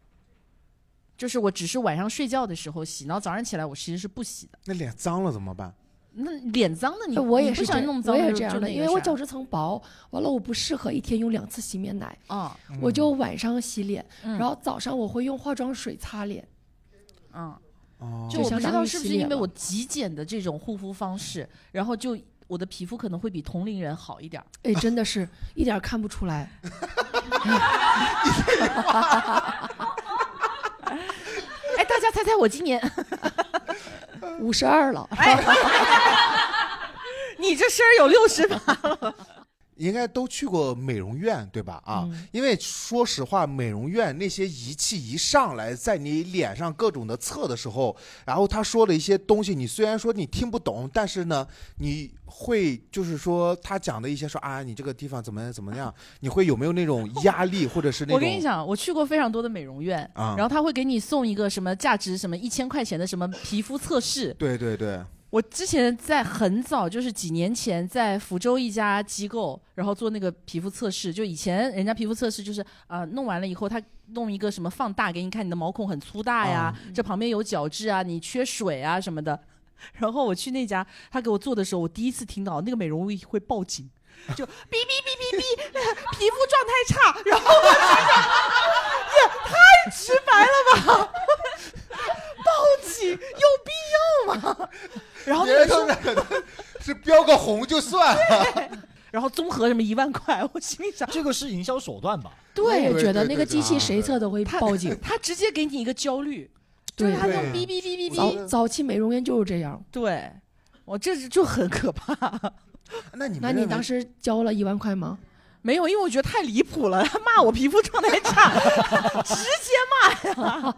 Speaker 3: 就是我只是晚上睡觉的时候洗，然后早上起来我其实是不洗的。
Speaker 4: 那脸脏了怎么办？
Speaker 3: 那脸脏的你，
Speaker 1: 哎呃我
Speaker 3: 你
Speaker 1: 也
Speaker 3: 不
Speaker 1: 是
Speaker 3: 想
Speaker 1: 这
Speaker 3: 弄脏
Speaker 1: 我
Speaker 3: 的
Speaker 1: 也
Speaker 3: 就是
Speaker 1: 这样
Speaker 3: 就
Speaker 1: 的，
Speaker 3: 那
Speaker 1: 因
Speaker 3: 个
Speaker 1: 为我
Speaker 3: 啥
Speaker 1: 角质层薄，完了我不适合一天用两次洗面奶，
Speaker 3: 啊，
Speaker 1: 我就晚上洗脸，
Speaker 3: 嗯
Speaker 1: 然后早上我会用化妆水擦脸。
Speaker 3: 啊，
Speaker 4: 哦，
Speaker 3: 就
Speaker 1: 就
Speaker 3: 我不
Speaker 1: 相
Speaker 3: 知
Speaker 1: 当
Speaker 3: 道
Speaker 1: 于
Speaker 3: 是不
Speaker 1: 洗
Speaker 3: 是因
Speaker 1: 脸
Speaker 3: 为
Speaker 1: 了
Speaker 3: 我极简的这种护肤方式，然后就我的皮肤可能会比同龄人好一点儿。
Speaker 1: 哎，真的是一点儿看不出来。
Speaker 3: 哎，大家猜猜我今年，嗯
Speaker 1: 五十二了，
Speaker 3: 哎你这身儿有六十吧？
Speaker 4: 应该都去过美容院对吧？啊，
Speaker 3: 嗯
Speaker 4: 因为说实话，美容院那些仪器一上来，在你脸上各种的测的时候，然后他说了一些东西，你虽然说你听不懂，但是呢，你会就是说他讲的一些说啊，你这个地方怎么怎么样， 你会有没有那种压力，或者是那种
Speaker 3: 我跟你讲，我去过非常多的美容院，
Speaker 4: 啊
Speaker 3: 然后他会给你送一个什么价值什么一千块钱的什么皮肤测试。
Speaker 4: 对对对，
Speaker 3: 我之前在很早，就是几年前，在福州一家机构，然后做那个皮肤测试。就以前人家皮肤测试就是啊、呃弄完了以后他弄一个什么放大给你看，你的毛孔很粗大呀，
Speaker 4: 啊
Speaker 3: 这旁边有角质啊，你缺水啊什么的。然后我去那家，他给我做的时候，我第一次听到那个美容仪会报警，就哔哔哔哔哔，呃皮肤状态差。然后我心想，也太直白了吧，报警有必要吗？然后那
Speaker 4: 别
Speaker 3: 个
Speaker 4: 的可能是标个红就算了，
Speaker 3: 然后综合什么一万块，我心里想，
Speaker 2: 这个是营销手段吧？
Speaker 1: 我也
Speaker 4: 对
Speaker 1: 觉得
Speaker 4: 对
Speaker 1: 那
Speaker 4: 对
Speaker 1: 个
Speaker 4: 对
Speaker 1: 机器
Speaker 4: 啊
Speaker 1: 谁
Speaker 4: 对
Speaker 1: 测都会
Speaker 3: 他
Speaker 1: 报警。
Speaker 3: 他直接给你一个焦虑，就是
Speaker 1: 对
Speaker 3: 他那种
Speaker 4: 对
Speaker 3: 哔哔哔哔
Speaker 4: 我
Speaker 3: 哔，
Speaker 1: 早早期美容院就是这样。
Speaker 3: 对我这是就很可怕。
Speaker 4: 那你们
Speaker 1: 那你
Speaker 4: 认为
Speaker 1: 当时交了一万块吗？
Speaker 3: 没有，因为我觉得太离谱了， 他骂我皮肤状态差， 直接骂呀，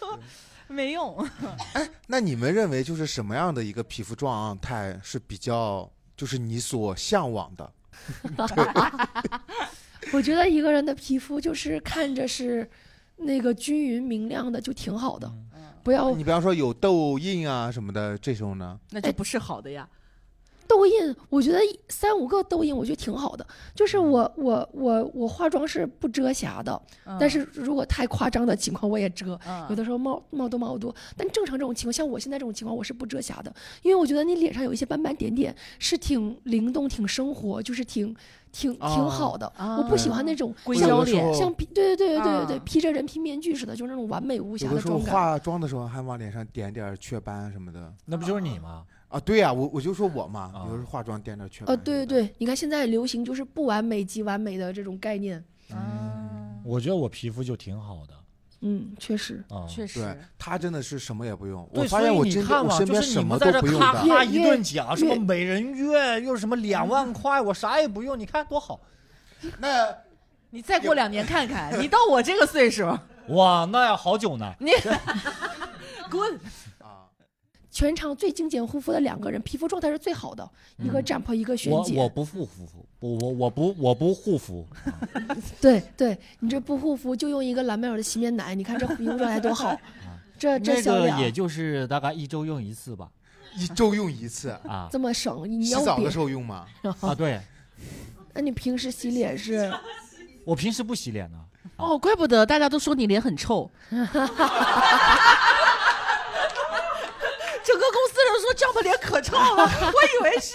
Speaker 3: 没用。
Speaker 4: 哎那你们认为就是什么样的一个皮肤状态是比较就是你所向往的？
Speaker 1: 我觉得一个人的皮肤就是看着是那个均匀明亮的就挺好的，
Speaker 3: 嗯
Speaker 1: 不要
Speaker 4: 你比方说有痘印啊什么的这种呢？
Speaker 3: 那就不是好的呀，
Speaker 1: 痘印，我觉得三五个痘印，我觉得挺好的。就是我我我我化妆是不遮瑕的，
Speaker 3: 嗯
Speaker 1: 但是如果太夸张的情况我也遮，有的时候冒冒痘冒好多。但正常这种情况，像我现在这种情况，我是不遮瑕的，因为我觉得你脸上有一些斑斑点点是挺灵动、挺生活，就是挺挺挺
Speaker 4: 啊
Speaker 1: 好的。
Speaker 3: 嗯
Speaker 1: 我不喜欢那种
Speaker 3: 硅
Speaker 4: 有的
Speaker 3: 胶
Speaker 1: 像
Speaker 4: 时
Speaker 3: 脸
Speaker 4: 候
Speaker 1: 像披对对对对对对、
Speaker 3: 啊
Speaker 1: 披着人皮面具似的，就是那种完美无瑕
Speaker 4: 有的
Speaker 1: 的
Speaker 4: 时候
Speaker 1: 妆感。
Speaker 4: 化妆的时候还往脸上点点儿雀斑什么的
Speaker 2: 那不就是你吗？
Speaker 4: 啊，对呀、我我就说我嘛，
Speaker 2: 啊
Speaker 4: 有时候化妆点点儿雀
Speaker 1: 呃，
Speaker 4: 斑什么的。
Speaker 1: 对对对，你看现在流行就是不完美即完美的这种概念，
Speaker 4: 嗯
Speaker 3: 啊，
Speaker 2: 我觉得我皮肤就挺好的
Speaker 1: 嗯，确实。
Speaker 2: 啊，
Speaker 3: 确实
Speaker 4: 对，他真的是什么也不用。我
Speaker 2: 对，
Speaker 4: 发
Speaker 2: 所
Speaker 4: 现
Speaker 2: 以
Speaker 4: 我
Speaker 2: 你
Speaker 4: 真的
Speaker 2: 看
Speaker 4: 我
Speaker 2: 嘛，
Speaker 4: 身
Speaker 2: 就
Speaker 4: 边
Speaker 2: 是
Speaker 4: 什
Speaker 2: 你
Speaker 4: 么
Speaker 2: 们
Speaker 4: 都
Speaker 2: 在这
Speaker 4: 不用
Speaker 2: 咔
Speaker 4: 的。
Speaker 2: 咔
Speaker 1: 越
Speaker 2: 一
Speaker 1: 越
Speaker 2: 顿讲，什么
Speaker 1: 越
Speaker 2: 美人月，又什么两万块，我啥也不用，你看多好。
Speaker 4: 那
Speaker 3: 你再过两年看看， 你到我这个岁数，
Speaker 2: 哇，那要好久呢。
Speaker 3: 你滚！
Speaker 4: 啊，
Speaker 1: 全场最精简护肤的两个人，皮肤状态是最好的，一个
Speaker 2: 嗯
Speaker 1: Jump，一个璇
Speaker 2: 我
Speaker 1: 姐。
Speaker 2: 我不护肤，我我我不我不 护肤，
Speaker 1: 啊对对，你这不护肤就用一个蓝莓尔的洗面奶，你看这皮肤状态多 好，这这
Speaker 2: 那
Speaker 1: 销
Speaker 2: 个
Speaker 1: 量
Speaker 2: 也就是大概一周用一次 吧。
Speaker 4: 一周用一次，
Speaker 2: 啊
Speaker 1: 这么省，你
Speaker 4: 洗
Speaker 1: 要
Speaker 4: 澡
Speaker 1: 别
Speaker 4: 的时候用吗？
Speaker 2: 啊，对
Speaker 1: 那你平时洗脸是？
Speaker 2: 我平时不洗 脸呢。
Speaker 3: 哦，怪不得大家都说你脸很 臭。整个公司人说 Jump 脸可臭 了，我以为是，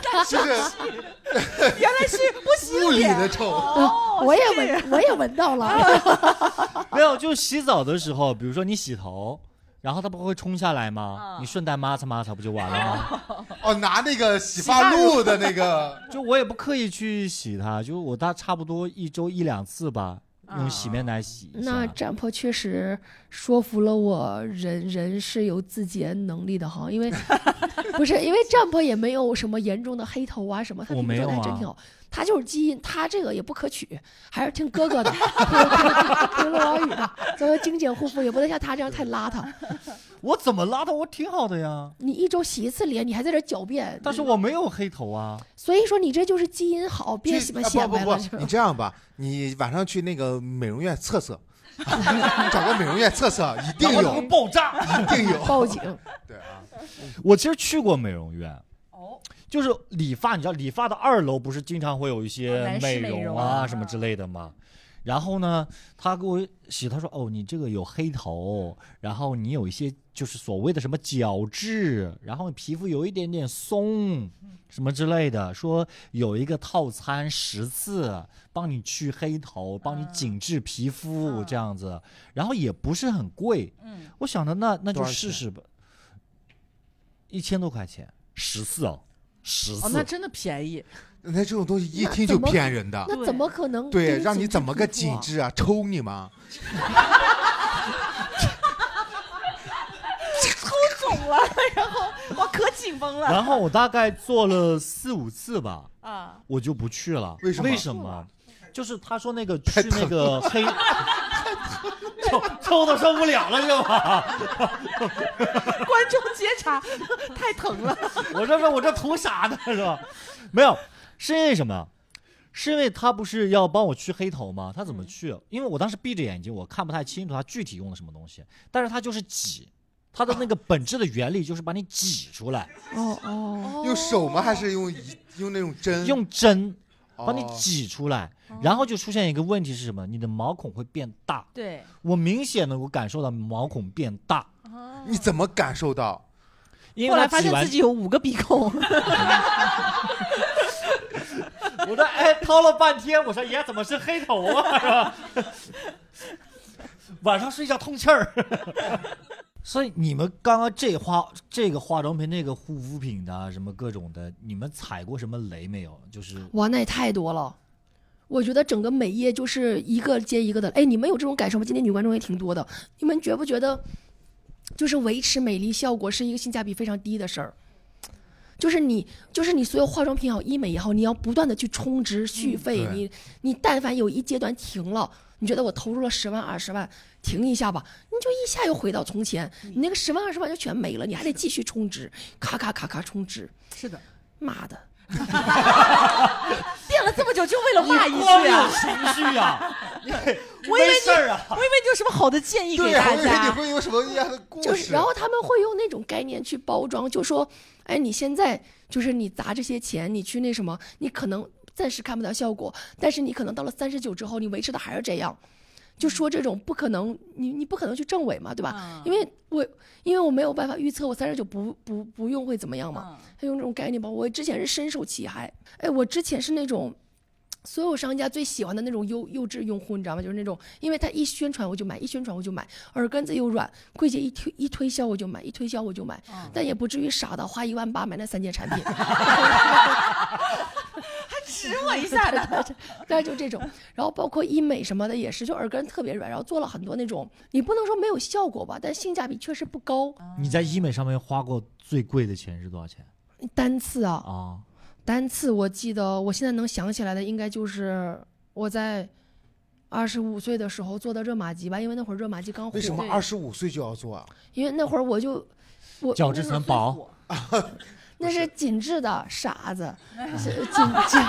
Speaker 4: 就是
Speaker 3: 原来是不洗
Speaker 4: 物理
Speaker 3: 脸
Speaker 4: 的臭
Speaker 3: 哦
Speaker 1: 我也
Speaker 3: 是这样
Speaker 1: 闻我也闻到了，
Speaker 2: 没有，就洗澡的时候，比如说你洗头，然后它不会冲下来吗？
Speaker 3: 啊
Speaker 2: 你顺带抹擦抹擦不就完了吗？
Speaker 4: 哦，拿那个洗发露的那个，
Speaker 2: 就我也不刻意去洗它，就我大差不多一周一两次吧，用洗面奶洗一下。
Speaker 1: 啊那展破确实说服了我，人人是有自洁能力的哈， 因为不是因为展破也没有什么严重的黑头啊什么，他
Speaker 2: 我
Speaker 1: 皮肤
Speaker 2: 没
Speaker 1: 状态
Speaker 2: 有
Speaker 1: 真
Speaker 2: 啊
Speaker 1: 挺好，他就是基因，他这个也不可取，还是听哥 哥的，听听罗老宇的，作为精简护肤也不能像他这样太邋 遢。
Speaker 2: 我怎么拉的？我挺好的呀，
Speaker 1: 你一周洗一次脸，你还在这狡辩，
Speaker 2: 但是我没有黑头啊。
Speaker 1: 所以说你这就是基因好，别
Speaker 4: 去
Speaker 1: 喜欢
Speaker 4: 啊
Speaker 1: 显
Speaker 4: 不
Speaker 1: 摆
Speaker 4: 不
Speaker 1: 了。
Speaker 4: 不，
Speaker 1: 就
Speaker 4: 你这样吧，你晚上去那个美容院测测， 找个美容院测测，一定
Speaker 2: 然后它会
Speaker 4: 有，
Speaker 2: 爆炸。
Speaker 4: 一定有。
Speaker 1: 报警，
Speaker 4: 对啊，
Speaker 2: 我其实去过美容院。
Speaker 3: 哦，
Speaker 2: 就是理发，你知道理发的二楼不是经常会有一
Speaker 3: 哦
Speaker 2: 些
Speaker 3: 男士
Speaker 2: 美
Speaker 3: 美
Speaker 2: 容
Speaker 3: 容
Speaker 2: 啊
Speaker 3: 啊
Speaker 2: 什么之类的嘛。然后呢，他给我洗，他说：“哦，你这个有黑头，然后你有一些就是所谓的什么角质，然后皮肤有一点点松，
Speaker 3: 嗯
Speaker 2: 什么之类的。说有一个套餐十次，帮你去黑头，帮
Speaker 3: 嗯
Speaker 2: 你紧致皮肤这样子，然后也不是很贵。
Speaker 3: 嗯，
Speaker 2: 我想着那那
Speaker 4: 多
Speaker 2: 就
Speaker 4: 少
Speaker 2: 试
Speaker 4: 钱
Speaker 2: 试吧，一千多块钱，十次哦，十
Speaker 3: 哦，
Speaker 2: 次。
Speaker 3: 那真的便宜。
Speaker 4: 那这种东西一听就骗人的。
Speaker 1: 那怎么可能给紧致皮
Speaker 4: 对，
Speaker 1: 肤啊？
Speaker 4: 让你怎么个紧致啊？抽你吗？
Speaker 3: 肿了，然后 我可紧绷了
Speaker 2: 然后我大概做了四五次吧，
Speaker 3: 啊！
Speaker 2: 我就不去了。
Speaker 4: 为什么
Speaker 2: 为什么？就是他说那个去那个黑， 抽抽都受不了了，是吧？
Speaker 3: 观众接茬，太疼了。
Speaker 2: 我这说我这图啥呢，是吧？没有，是因为什么？是因为他不是要帮我去黑头吗？他怎么去？因为我当时闭着眼睛，我看不太清楚他具体用了什么东西，但是他就是挤，他的那个本质的原理就是把你挤出来，
Speaker 1: 哦哦，
Speaker 4: 用手吗？还是用一用那种针？
Speaker 2: 用针
Speaker 4: 哦
Speaker 2: 把你挤出来，
Speaker 3: 哦
Speaker 2: 然后就出现一个问题是什么？你的毛孔会变大。
Speaker 3: 对，
Speaker 2: 我明显的我感受到毛孔变大，
Speaker 4: 你怎么感受到？
Speaker 2: 因
Speaker 3: 后
Speaker 2: 为
Speaker 3: 来
Speaker 2: 它
Speaker 3: 发
Speaker 2: 挤
Speaker 3: 现
Speaker 2: 完
Speaker 3: 自己有五个鼻孔。
Speaker 2: 我这哎掏了半天，我说爷怎么是黑头啊？ 是吧？晚上睡觉通气儿。 所以你们刚刚这化这个化妆品、那个护肤品的啊什么各种的，你们踩过什么雷没有？就是
Speaker 1: 哇，那也太多了。我觉得整个美业就是一个接一个的。哎，你们有这种感受吗？今天女观众也挺多的，你们觉不觉得，就是维持美丽效果是一个性价比非常低的事儿？就是你，就是你所有化妆品也好，医美也好，你要不断的去充值续费。
Speaker 4: 对
Speaker 1: 你你但凡有一阶段停了，你觉得我投入了十万二十万，停一下吧，你就一下又回到从前，你那个十万二十万就全没了，你还得继续充值，咔咔咔咔充值。
Speaker 3: 是的，
Speaker 1: 妈的，
Speaker 3: 变了这么久，就为了画一
Speaker 2: 光
Speaker 3: 句
Speaker 2: 有
Speaker 3: 啊！
Speaker 2: 情绪啊！
Speaker 3: 我以为
Speaker 5: 没事
Speaker 3: 你，
Speaker 5: 儿啊，
Speaker 3: 我以为你有什么好的建议给
Speaker 4: 对啊，
Speaker 3: 大
Speaker 4: 我以为你
Speaker 3: 家。
Speaker 4: 会有什么样的故事？
Speaker 1: 就是，然后他们会用那种概念去包装，就说，哎，你现在就是你砸这些钱，你去那什么，你可能暂时看不到效果，但是你可能到了三十九之后，你维持的还是这样，就说这种不可能，你你不可能去证伪嘛，对吧？因
Speaker 3: 嗯
Speaker 1: 为我因为我没有办法预测我三十九不不不用会怎么样嘛，
Speaker 3: 嗯
Speaker 1: 他用这种概念包。我之前是深受其害，哎，我之前是那种所有商家最喜欢的那种优优质用户，你知道吗？就是那种，因为他一宣传我就买，一宣传我就买，耳根子又软，柜姐一推一推销我就买，一推销我就买，但也不至于傻到花一万八买那三件产品。
Speaker 3: 指我一下的，
Speaker 1: 大概就这种。然后包括医美什么的也是，就耳根特别软，然后做了很多那种，你不能说没有效果吧，但性价比确实不高。
Speaker 2: 你在医美上面花过最贵的钱是多少钱
Speaker 1: 单次啊，
Speaker 2: 啊？
Speaker 1: 单次我记得我现在能想起来的应该就是我在二十五岁的时候做的热玛吉吧，因为那会儿热玛吉刚火
Speaker 4: 为，什么
Speaker 3: 对
Speaker 4: 二十五岁就要做啊？
Speaker 1: 因为那会儿我就我
Speaker 2: 角质层薄，
Speaker 1: 那是紧致的傻子，是紧紧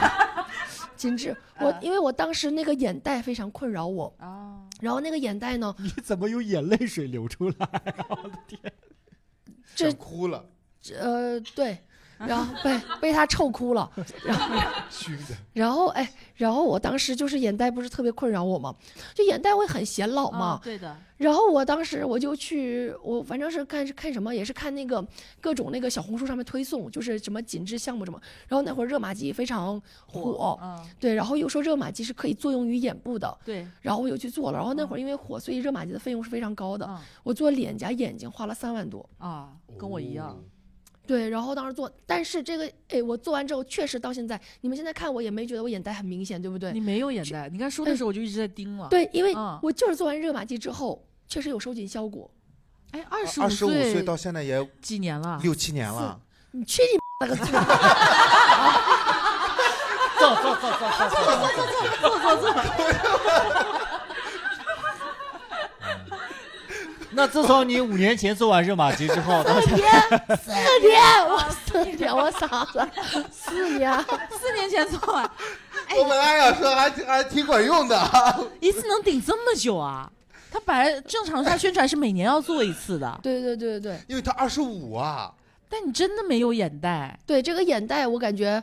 Speaker 1: 紧 致。
Speaker 4: 嗯
Speaker 1: 我因为我当时那个眼袋非常困扰我，
Speaker 3: 啊，
Speaker 1: 然后那个眼袋呢，
Speaker 2: 你 怎么有眼泪水流出 来？
Speaker 1: 这
Speaker 4: 想哭了，
Speaker 1: 呃对，然后被被他臭哭了。
Speaker 4: 虚的。
Speaker 1: 然后哎，然后我当时就是眼袋不是特别困扰我嘛，就眼袋会很显老嘛。
Speaker 3: 嗯对的，
Speaker 1: 然后我当时我就去，我反正是看看什么，也是看那个各种那个小红书上面推送，就是什么紧致项目什么。然后那会儿热玛吉非常火，
Speaker 3: 嗯，
Speaker 1: 对，然后又说热玛吉是可以作用于眼部的，
Speaker 3: 对
Speaker 1: 然后我就去做了。然后那会儿因为火，所以热玛吉的费用是非常高的。
Speaker 3: 嗯
Speaker 1: 我做脸颊、眼睛花了三万多，
Speaker 3: 啊，跟我一
Speaker 4: 哦
Speaker 3: 样，
Speaker 1: 对，然后当时做，但是这个哎，我做完之后确实到现在，你们现在看我也没觉得我眼袋很明显，对不对？
Speaker 3: 你没有眼袋，你刚说的时候我就一直在盯了。，
Speaker 1: 对，因为
Speaker 3: 嗯
Speaker 1: 我就是做完热玛吉之后，确实有收紧效果。
Speaker 3: 哎，二十
Speaker 4: 二十五岁
Speaker 3: 岁
Speaker 4: 到现在也
Speaker 3: 几年了？
Speaker 4: 六七年了，
Speaker 1: 你去你 妈了个村！
Speaker 5: 走走走走走走。
Speaker 2: 那自从你五年前做完热玛吉之后，到现在
Speaker 1: 四年，我四年，我傻了，四年。
Speaker 3: 四年前做完，哎
Speaker 4: 我本来想说还还挺管用的啊，
Speaker 3: 一次能顶这么久啊？他本来正常他宣传是每年要做一次的，
Speaker 1: 对对对对对
Speaker 4: 因为他二十五啊，
Speaker 3: 但你真的没有眼袋，
Speaker 1: 对，这个眼袋我感觉。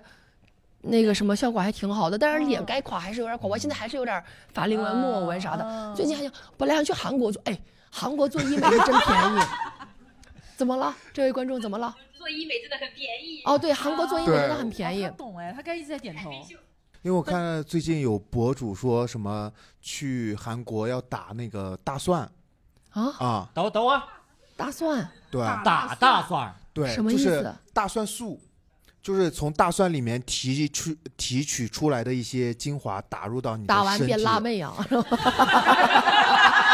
Speaker 1: 那个什么效果还挺好的，但是脸
Speaker 3: 嗯
Speaker 1: 该垮还是有点垮，我现在还是有点法令纹、木偶纹啥的。
Speaker 3: 嗯
Speaker 1: 最近还想，本来想去韩国做，哎，韩国做医美是真便宜。怎么了，这位观众？怎么了？
Speaker 6: 做医美真的很便宜。
Speaker 1: 哦，对，韩国做医美真的很便宜
Speaker 3: 他。懂哎，他刚一直在点头。
Speaker 4: 因为我看最近有博主说什么去韩国要打那个大蒜
Speaker 1: 啊，
Speaker 4: 啊，
Speaker 2: 等等会儿
Speaker 1: 大蒜
Speaker 4: 对
Speaker 2: 打大蒜儿，
Speaker 4: 对，
Speaker 1: 什么
Speaker 4: 就
Speaker 1: 意
Speaker 4: 是
Speaker 1: 思
Speaker 4: 大蒜素，就是从大蒜里面提出提取出来的一些精华打入到你的
Speaker 1: 打完
Speaker 4: 身
Speaker 1: 变
Speaker 4: 体
Speaker 1: 辣妹啊！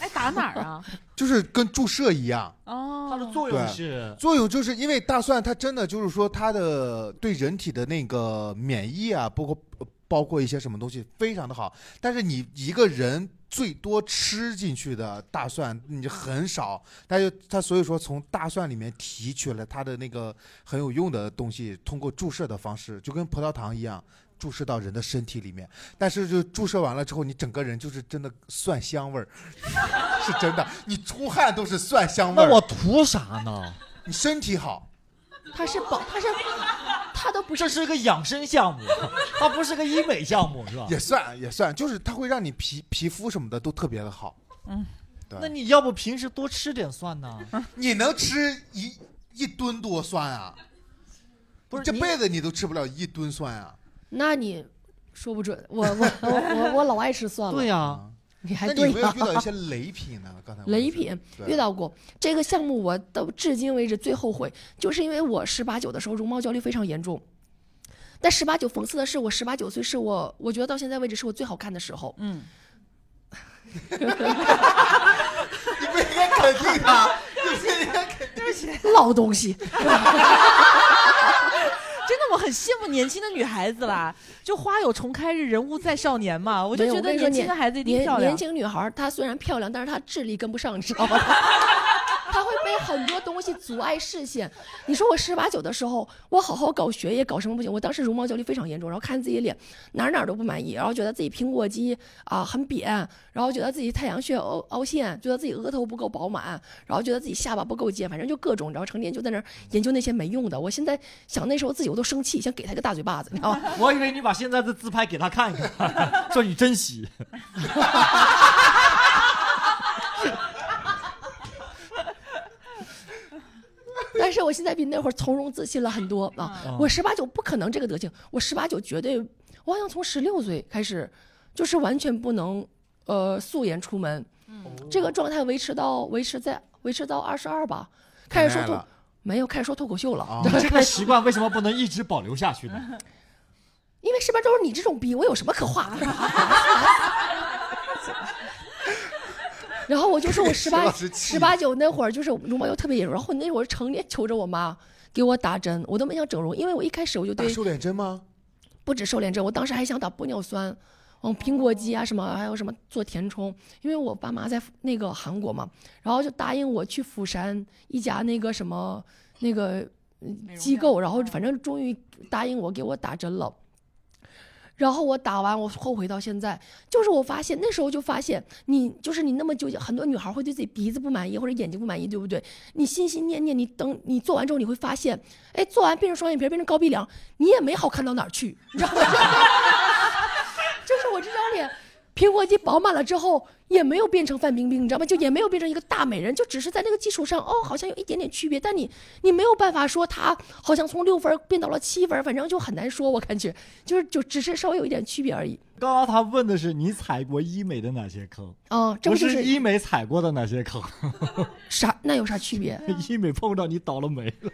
Speaker 3: 哎，打哪儿啊？
Speaker 4: 就是跟注射一样。
Speaker 3: 哦，
Speaker 2: 它的作
Speaker 4: 对
Speaker 2: 用是
Speaker 4: 作用就是因为大蒜它真的就是说它的对人体的那个免疫啊，包括包括一些什么东西非常的好，但是你一个人。最多吃进去的大蒜你很少，但是它所以说从大蒜里面提取了它的那个很有用的东西，通过注射的方式，就跟葡萄糖一样注射到人的身体里面。但是就注射完了之后，你整个人就是真的蒜香味儿，是真的，你出汗都是蒜香味
Speaker 2: 那
Speaker 4: 儿。
Speaker 2: 我图啥呢？
Speaker 4: 你身体好，
Speaker 1: 它是保，它是，它都不是
Speaker 2: 这是个养生 项目，它不是个医美项目，
Speaker 5: 啊
Speaker 2: 是吧？
Speaker 4: 也算也算，就是它会让你皮皮肤什么的都特别的好。对
Speaker 2: 那你要不平时多吃点蒜 呢？
Speaker 4: 你能吃一一吨多蒜啊？
Speaker 2: 不是
Speaker 4: 这
Speaker 2: 你
Speaker 4: 辈子你都吃不了一吨蒜啊！
Speaker 1: 那你说不准，我我我我我老爱吃蒜了。
Speaker 2: 对呀、
Speaker 1: 你还
Speaker 4: 啊那你
Speaker 1: 对
Speaker 4: 有没有
Speaker 1: 呀
Speaker 4: 遇到一些雷品呢？刚才我
Speaker 1: 雷
Speaker 4: 们说
Speaker 1: 品
Speaker 4: 对
Speaker 1: 遇到过这个项目，我到至今为止最后悔，就是因为我十八九的时候容貌焦虑非常严重。但十八九讽刺的是，我十八九岁是我，我觉得到现在为止是我最好看的时候。
Speaker 3: 嗯，
Speaker 4: 你不应该肯定啊他，你不应该肯
Speaker 1: 老东西，
Speaker 3: 真的我很羡慕年轻的女孩子啦，就花有重开日，人无再少年嘛。我
Speaker 1: 我
Speaker 3: 就觉得
Speaker 1: 年
Speaker 3: 年轻的孩子一定
Speaker 1: 年
Speaker 3: 漂 亮
Speaker 1: 年。轻女孩儿她虽然漂亮，但是她智力跟不上，你知道吗？她会被很多东西阻碍视线。你说我十八九的时候，我好好搞学业，搞什么不行？我当时容貌焦虑非常严重，然后看自己脸哪儿哪儿都不满意，然后觉得自己苹果肌啊、很扁，然后觉得自己太阳穴凹凹陷，觉得自己额头不够饱满，然后觉得自己下巴不够尖，反正就各种，然后成天就在那儿研究那些没用的。我现在想那时候自己我都生气，想给他一个大嘴巴子，你知道吗？
Speaker 2: 我以为你把现在的自拍给他看一看， 说你珍惜。
Speaker 1: 但是我现在比那会儿从容自信了很多
Speaker 4: 嗯
Speaker 1: 啊！我十八九不可能这个德行，我十八九绝对，我好像从十六岁开始，就是完全不能呃素颜出门，
Speaker 4: 嗯
Speaker 1: 这个状态维持到维持在维持到二十二吧，开始说
Speaker 4: 恋爱
Speaker 1: 脱
Speaker 4: 了
Speaker 1: 没有开始说脱口秀 了，
Speaker 4: 哦
Speaker 2: 你这个习惯为什么不能一直保留下去呢？
Speaker 1: 因为十八周你这种逼，我有什么可画的？ 然后我就说我十八
Speaker 4: 老师气
Speaker 1: 十八九那会儿就是容貌又特别严重，然后那会儿成天求着我妈给我打针，我都没想整容，因为我一开始我就
Speaker 4: 打
Speaker 1: 对
Speaker 4: 瘦脸针吗？
Speaker 1: 不止瘦脸针，我当时还想打玻尿酸，嗯，苹果肌啊什么，还有什么做填充，因为我爸妈在那个韩国嘛，然后就答应我去釜山一家那个什么那个嗯
Speaker 3: 美容
Speaker 1: 机
Speaker 3: 院
Speaker 1: 构，然后
Speaker 3: 嗯
Speaker 1: 反正终于答应我给我打针了。然后我打完，我后悔到现在，就是我发现那时候就发现你就是你那么纠结，很多女孩会对自己鼻子不满意或者眼睛不满意，对不对？你心心念念，你等你做完之后，你会发现，哎，做完变成双眼皮儿，变成高鼻梁，你也没好看到哪儿去，你知道吗？ 就是我这张脸，苹果肌饱满了之后，也没有变成范冰冰，你知道吗？就也没有变成一个大美人，就只是在那个基础上，哦，好像有一点点区别，但你你没有办法说她好像从六分儿变到了七分儿，反正就很难说，我感觉就是就只是稍微有一点区别而已。
Speaker 2: 刚刚他问的是你踩过医美的哪些坑，
Speaker 1: 哦、这不就
Speaker 2: 我
Speaker 1: 是
Speaker 2: 医美踩过的哪些 坑？
Speaker 1: 啥？那有啥区 别？
Speaker 2: 医美碰到你倒了霉了，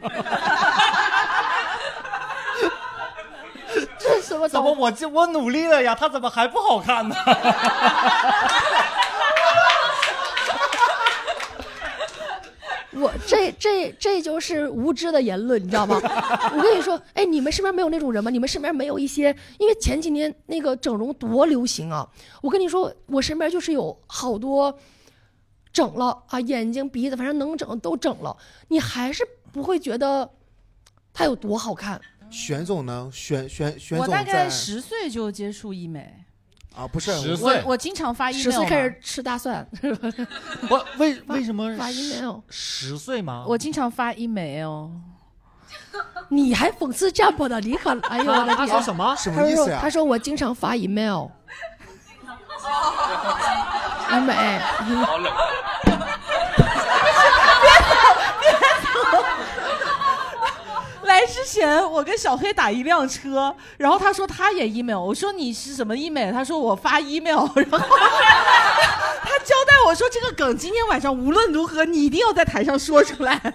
Speaker 1: 这是什么
Speaker 2: 怎
Speaker 1: 怎
Speaker 2: 么我这我努力了呀，他怎么还不好 看呢？
Speaker 1: 我这这这就是无知的言论，你知道吗？我跟你说，哎，你们身边没有那种人吗？你们身边没有一些，因为前几年那个整容多流行啊！我跟你说，我身边就是有好多整了啊，眼睛、鼻子，反正能整的都整了，你还是不会觉得它有多好看。
Speaker 4: 玄总呢？玄玄玄
Speaker 3: 我
Speaker 4: 总
Speaker 3: 大
Speaker 4: 在
Speaker 3: 概十岁就接触医美，
Speaker 4: 啊，不是
Speaker 5: 十
Speaker 4: 我
Speaker 3: 我
Speaker 5: 岁
Speaker 3: 我经常发 email，
Speaker 1: 十岁
Speaker 3: 嘛
Speaker 1: 开始吃大蒜，
Speaker 5: 我为为什么
Speaker 1: 发 email，
Speaker 2: 十岁吗？
Speaker 3: 我经常发 email，
Speaker 1: 你还讽刺占卜的，你可哎呦我的
Speaker 2: 他说
Speaker 1: 天！
Speaker 2: 什么？
Speaker 4: 什
Speaker 1: 他
Speaker 4: 么意
Speaker 1: 说
Speaker 4: 思呀
Speaker 1: 他？说我经常发 email。医美，
Speaker 3: 来之前，我跟小黑打一辆车，然后他说他也 email，我说你是什么 email？他说我发 email，然 后他交代我说这个梗今天晚上无论如何你一定要在台上说出来。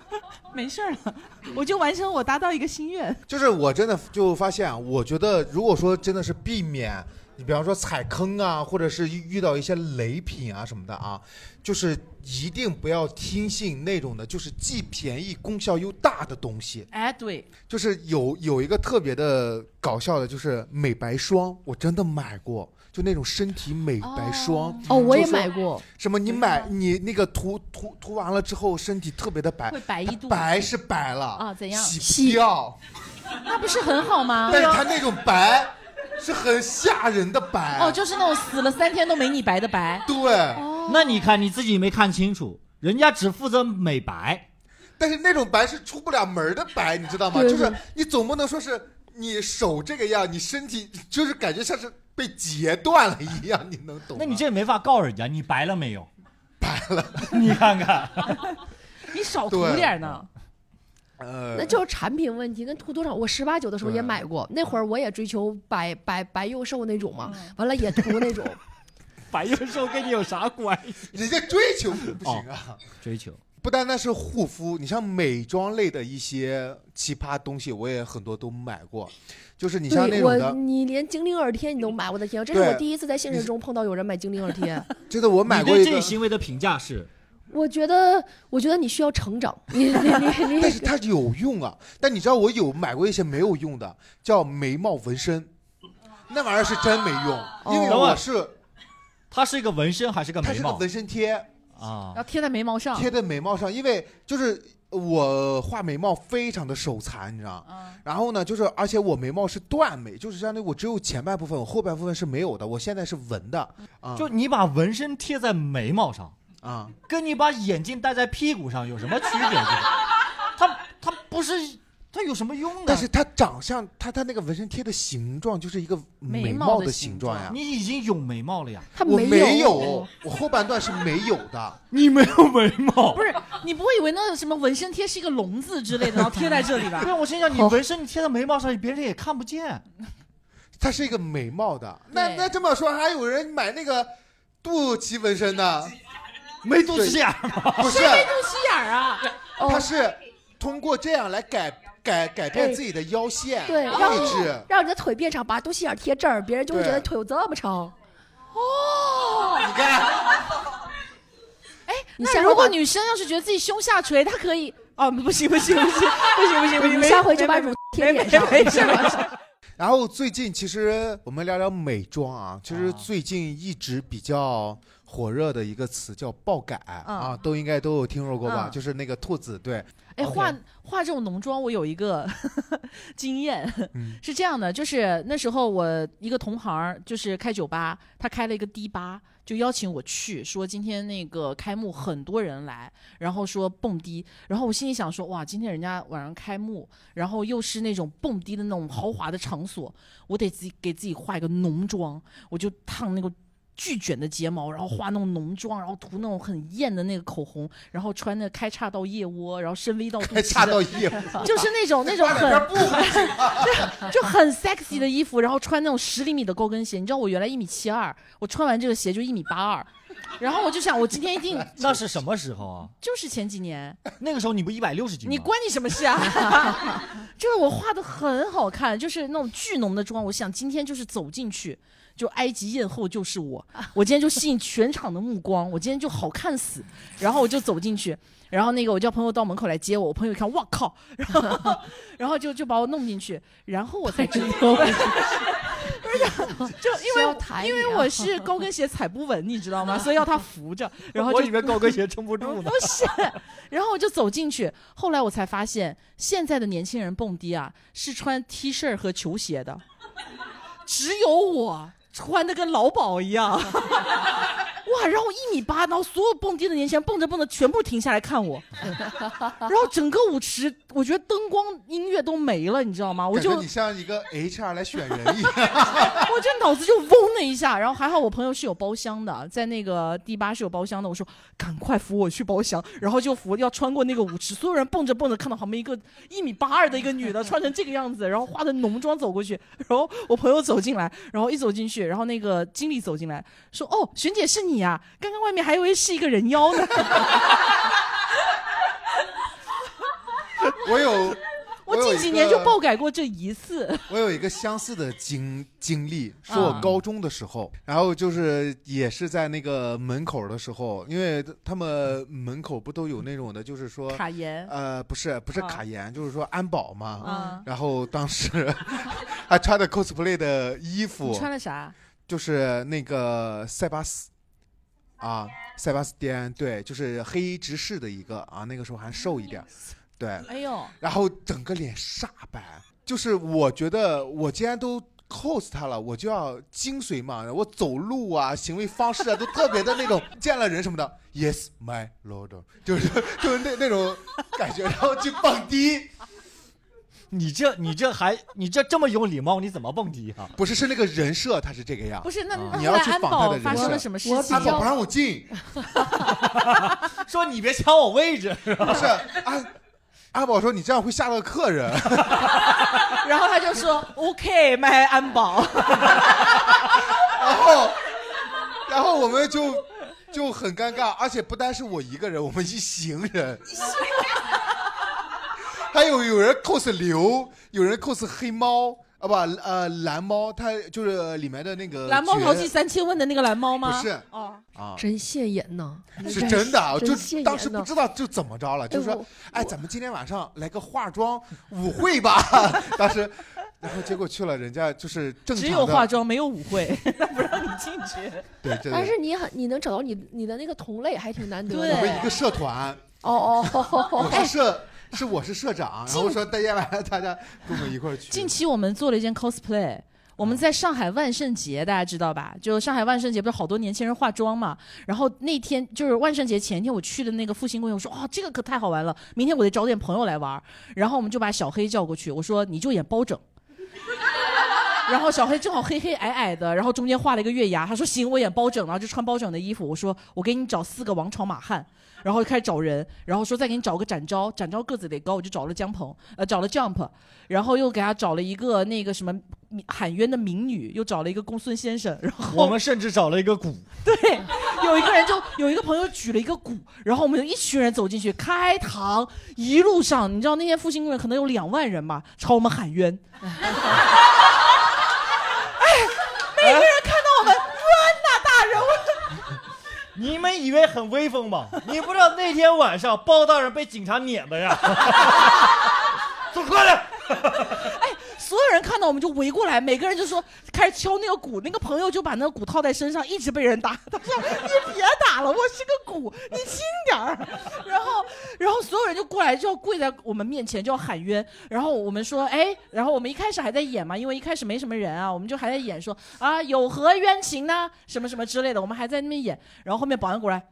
Speaker 3: 没事儿了，我就完成我达到一个心愿。
Speaker 4: 就是我真的就发现啊，我觉得如果说真的是避免，你比方说踩坑啊，或者是遇到一些雷品啊什么的啊，就是一定不要听信那种的，就是既便宜功效又大的东西。
Speaker 3: 哎，对，
Speaker 4: 就是有有一个特别的搞笑的，就是美白霜，我真的买过，就那种身体美白霜，
Speaker 3: 嗯
Speaker 1: 哦，我也
Speaker 4: 就是
Speaker 1: 买过，
Speaker 4: 什么你买你那个涂涂涂完了之后，身体特别的白
Speaker 3: 会，白一度
Speaker 4: 白是白了
Speaker 3: 啊怎样
Speaker 4: 洗不掉，
Speaker 3: 那不是很好吗？
Speaker 4: 但是它那种白是很吓人的白，
Speaker 3: 哦，就是那种死了三天都没你白的白。
Speaker 4: 对，
Speaker 1: 哦
Speaker 2: 那你看你自己没看清楚，人家只负责美白，
Speaker 4: 但是那种白是出不了门儿的白，你知道吗？
Speaker 1: 对
Speaker 4: 就是
Speaker 1: 对
Speaker 4: 你总不能说是你手这个样，你身体就是感觉像是被截断了一样，你能懂吗？
Speaker 2: 那你这也没法告人家，你白了没有？白了， 你看看，
Speaker 3: 你少涂
Speaker 4: 对
Speaker 3: 点儿呢。
Speaker 4: 呃，
Speaker 1: 那就是产品问题跟涂多少。我十八九的时候
Speaker 3: 嗯
Speaker 1: 也
Speaker 4: 对
Speaker 1: 买过，那会儿我也追求白白白又瘦那种嘛，
Speaker 3: 嗯
Speaker 1: 完了也涂 那种。
Speaker 2: 白幼瘦跟你有啥关系？
Speaker 4: 人家追求不行啊。
Speaker 2: 追求
Speaker 4: 不单单是护肤，你像美妆类的一些奇葩东西，我也很多都买过。就是你像那
Speaker 1: 对
Speaker 4: 种
Speaker 1: 我，
Speaker 4: 的，
Speaker 1: 你连精灵耳贴你都买，我的天，啊这是
Speaker 4: 对
Speaker 1: 我第一次在现实中碰到有人买精灵耳贴。
Speaker 4: 真的我买
Speaker 2: 你
Speaker 4: 过
Speaker 2: 对
Speaker 4: 一
Speaker 2: 这
Speaker 4: 个
Speaker 2: 一，行为的评价是？
Speaker 1: 我觉得，我觉得你需要成长，你你你
Speaker 4: 但是
Speaker 1: 你，
Speaker 4: 它有用啊。但你知道我有买过一些没有用的，叫眉毛纹身，那玩意儿是真没用，因为
Speaker 2: 等会
Speaker 4: 我
Speaker 2: 儿
Speaker 4: 是
Speaker 2: 它是一个纹身还是个
Speaker 4: 它
Speaker 2: 眉
Speaker 4: 是个
Speaker 2: 毛？
Speaker 4: 纹身贴，
Speaker 2: 啊
Speaker 3: 然后贴在眉毛上，
Speaker 4: 贴在眉毛上，因为就是我画眉毛非常的手残，你知道。
Speaker 3: 嗯，
Speaker 4: 然后呢，就是而且我眉毛是断眉，就是相当于我只有前半部分，我后半部分是没有的，我现在是纹的啊，
Speaker 2: 就你把纹身贴在眉毛上，
Speaker 4: 啊，
Speaker 2: 跟你把眼镜戴在屁股上有什么区 别？它它不是它有什么用呢？啊
Speaker 4: 但是它长相，它它那个纹身贴的形状就是一个眉
Speaker 3: 眉
Speaker 4: 毛
Speaker 3: 毛
Speaker 4: 的
Speaker 3: 的
Speaker 4: 形
Speaker 3: 形
Speaker 4: 状
Speaker 3: 状
Speaker 4: 呀。
Speaker 2: 你已经有眉毛了呀，
Speaker 1: 他
Speaker 4: 我没
Speaker 1: 有，哦
Speaker 4: 有，我后半段是没有的。
Speaker 2: 你没有眉 毛
Speaker 3: 不。是，你不会以为那什么纹身贴是一个笼子之类的，然后贴在这里吧？
Speaker 2: 对，我心想你
Speaker 1: 好
Speaker 2: 纹身你贴在眉毛上，别人也看不见。
Speaker 4: 它是一个眉毛的。那
Speaker 3: 对
Speaker 4: 那这么说，还有人买那个肚脐纹 身呢？
Speaker 2: 没肚脐眼儿吗？
Speaker 4: 不是，
Speaker 3: 肚脐眼儿啊，
Speaker 4: 它是通过这样来改改改变自己的腰线
Speaker 1: 对，让
Speaker 4: 位置。
Speaker 1: 让你的腿变长，把肚脐眼贴这儿，别人就会觉得
Speaker 4: 对
Speaker 1: 腿有这么长。
Speaker 4: 你看，
Speaker 1: 你
Speaker 3: 那
Speaker 1: 下
Speaker 3: 如
Speaker 1: 回
Speaker 3: 果
Speaker 1: 把
Speaker 3: 女生要是觉得自己胸下垂，她可以哦，不行不行不行不行不行不行，
Speaker 1: 你
Speaker 3: 没
Speaker 1: 下回就把
Speaker 3: 没
Speaker 1: 乳贴
Speaker 3: 没
Speaker 1: 脸
Speaker 3: 没
Speaker 1: 上，
Speaker 3: 没事没事，
Speaker 4: 然后最近其实我们聊聊美妆啊，其实最近一直比较火热的一个词叫爆改啊，都应该都有听说过吧？
Speaker 3: 嗯
Speaker 4: 就是那个兔子，对，
Speaker 3: 哎，
Speaker 2: OK
Speaker 3: 化化这种浓妆，我有一个经验，
Speaker 4: 嗯
Speaker 3: 是这样的，就是那时候我一个同行儿，就是开酒吧，他开了一个 D 吧，就邀请我去，说今天那个开幕很多人来，然后说蹦迪，然后我心里想说，哇，今天人家晚上开幕，然后又是那种蹦迪的那种豪华的场所，我得自己给自己化一个浓妆，我就烫那个。巨卷的睫毛，然后画那种浓妆，然后涂那种很艳的那个口红，然后穿那开叉到腋窝，然后深 V 到肚
Speaker 4: 还
Speaker 3: 脐
Speaker 4: 差
Speaker 3: 的
Speaker 4: 到一，
Speaker 3: 就是那种那种很 就很 sexy 的衣服，然后穿那种十厘米的高跟鞋。你知道我原来一米七二，我穿完这个鞋就一米八二，然后我就想，我今天一定
Speaker 2: 那是什么时候啊？
Speaker 3: 就是前几年，
Speaker 2: 那个时候你不一百六十斤吗？
Speaker 3: 你关你什么 事啊？就是我画的很好看，就是那种巨浓的妆，我想今天就是走进去。就埃及艳后就是我，我今天就吸引全场的目光，我今天就好看死，然后我就走进去，然后那个我叫朋友到门口来接我，我朋友一看，哇靠，然后 然后就就把我弄进去，然后我才 知道，不是就因为
Speaker 1: 需要抬你
Speaker 3: 因
Speaker 1: 啊
Speaker 3: 为我是高跟鞋踩不稳，你知道吗？所以要他 扶着，然后
Speaker 2: 我
Speaker 3: 就
Speaker 2: 以为高跟鞋撑不住呢
Speaker 3: 不。是，然后我就走进去，后来我才发现，现在的年轻人蹦迪啊，是穿 T 恤和球鞋的，只有我穿的跟劳保一样。 哇！然后一米八，然后所有蹦迪的年轻人蹦着蹦着，全部停下来看我，然后整个舞池，我觉得灯光、音乐都没了，你知道吗？ 我
Speaker 4: 感
Speaker 3: 就
Speaker 4: 觉你像一个 HR 来选人一样。
Speaker 3: 我这脑子就嗡的一下，然后还好我朋友是有包厢的，在那个第八是有包厢的。我说赶快扶我去包厢，然后就扶要穿过那个舞池，所有人蹦着蹦着看到旁边一个一米八二的一个女的穿成这个样子，然后化的浓妆走过去，然后我朋友走进来，然后一走进去，然后那个经理走进来说：“哦，璇姐是你啊，刚刚外面还以为是一个人妖 呢。”
Speaker 4: 我有，
Speaker 3: 我
Speaker 4: 有
Speaker 3: 近
Speaker 4: 一
Speaker 3: 几年就
Speaker 4: 个
Speaker 3: 爆改过这一次，
Speaker 4: 我有一个相似的经经历，
Speaker 3: 啊
Speaker 4: 是我高中的时候，
Speaker 3: 嗯
Speaker 4: 然后就是也是在那个门口的时候，因为他们门口不都有那种的，就是说，
Speaker 3: 卡颜
Speaker 4: 呃，不是不是卡颜，就是说安保嘛。
Speaker 3: 啊，
Speaker 4: 然后当时 还穿的 cosplay 的衣
Speaker 3: 你
Speaker 4: 服，
Speaker 3: 穿了啥？
Speaker 4: 就是那个塞巴斯啊，塞巴斯蒂安，对，就是黑衣执事的一个啊，那个时候还瘦一点，对。
Speaker 3: 哎呦，
Speaker 4: 然后整个脸煞白。就是我觉得我既然都 cos 他了，我就要精髓嘛，我走路啊、行为方式啊都特别的那种， 见了人什么的，Yes my lord，就是就是那那种感觉，然后去蹦迪，
Speaker 2: 你这你这还你这这么有礼貌，你怎么蹦迪啊？
Speaker 4: 不是是那个人设他是这个样
Speaker 3: 不。是那
Speaker 2: 啊
Speaker 3: 那
Speaker 4: 嗯你
Speaker 3: 后
Speaker 4: 要
Speaker 3: 来
Speaker 4: 去
Speaker 3: 安
Speaker 4: 仿他
Speaker 3: 保
Speaker 4: 的人
Speaker 3: 发生
Speaker 4: 设
Speaker 3: 了什么事
Speaker 1: 我
Speaker 3: 情
Speaker 4: 安
Speaker 1: 比
Speaker 4: 保
Speaker 1: 较
Speaker 4: 不让我进，
Speaker 2: 说你别抢我位 置。
Speaker 4: 不是安安保说你这样会吓到客人，
Speaker 3: 然后他就说 OK，卖安保。
Speaker 4: 然后然后我们就就很尴尬，而且不单是我一个人，我们一行人，还有有人 cos 刘，有人 cos 黑猫啊不呃蓝猫，它就是里面的那个
Speaker 3: 蓝猫
Speaker 4: 角
Speaker 3: 淘气三千问的那个蓝猫吗？
Speaker 4: 呃不是
Speaker 3: 哦，
Speaker 4: 啊。
Speaker 1: 真现眼呐！
Speaker 4: 是真的啊，
Speaker 1: 真
Speaker 4: 就
Speaker 1: 现眼
Speaker 4: 当时不
Speaker 1: 呢
Speaker 4: 知道就怎么着了，就
Speaker 1: 哎
Speaker 4: 说
Speaker 1: 我，
Speaker 4: 哎，咱们今天晚上来个化妆舞会吧。当时然后结果去了，人家就是正常
Speaker 3: 只
Speaker 4: 的，
Speaker 3: 有化妆没有舞会， 他不让你进去。
Speaker 4: 对，真的
Speaker 1: 但是你很你能找到你你的那个同类还挺难得
Speaker 4: 我
Speaker 1: 的。
Speaker 4: 们一个社团，
Speaker 1: 哦哦，
Speaker 4: 我
Speaker 1: 哎
Speaker 4: 是，社，是我是社长，然后说大家来，大家跟我们一块儿去。
Speaker 3: 近期我们做了一件 cosplay。我们在上海万圣节，大家知道吧？就上海万圣节不是好多年轻人化妆嘛？然后那天就是万圣节前天，我去的那个复兴公园，我说哇、这个可太好玩了，明天我得找点朋友来玩儿。然后我们就把小黑叫过去，我说你就演包拯。 然后小黑正好黑黑矮矮的，然后中间画了一个月牙，他说行，我演包拯，然后就穿包拯的衣服。我说我给你找四个王朝马汉，然后就开始找人，然后说再给你找个展昭，展昭个子得高，我就找了江鹏，呃，找了 Jump，然后又给他找了一个那个什么喊冤的民女，又找了一个公孙先生， 然后
Speaker 2: 我们甚至找了一个鼓，
Speaker 3: 对，有一个人就有一个朋友举了一个鼓，然后我们有一群人走进去开膛，一路上你知道那天复兴公园可能有两万人吧，朝我们喊冤。哎，每个人看到我们，冤呐，大人！我
Speaker 2: 你们以为很威风 吗？你不知道那天晚上包大人被警察撵的 呀！走快点！
Speaker 3: 所有人看到我们就围过来，每个人就说哎开始敲那个鼓，那个朋友就把那个鼓套在身上，一直被人打。他说：“你别打了，我是个鼓，你轻点儿。”然后，然后所有人就过来，就要跪在我们面前，就要喊冤。然后我们说：“哎，然后我们一开始还在演嘛，因为一开始没什么人啊，我们就还在演说啊，有何冤情呢？什么什么之类的，我们还在那边演。然后后面保安过来，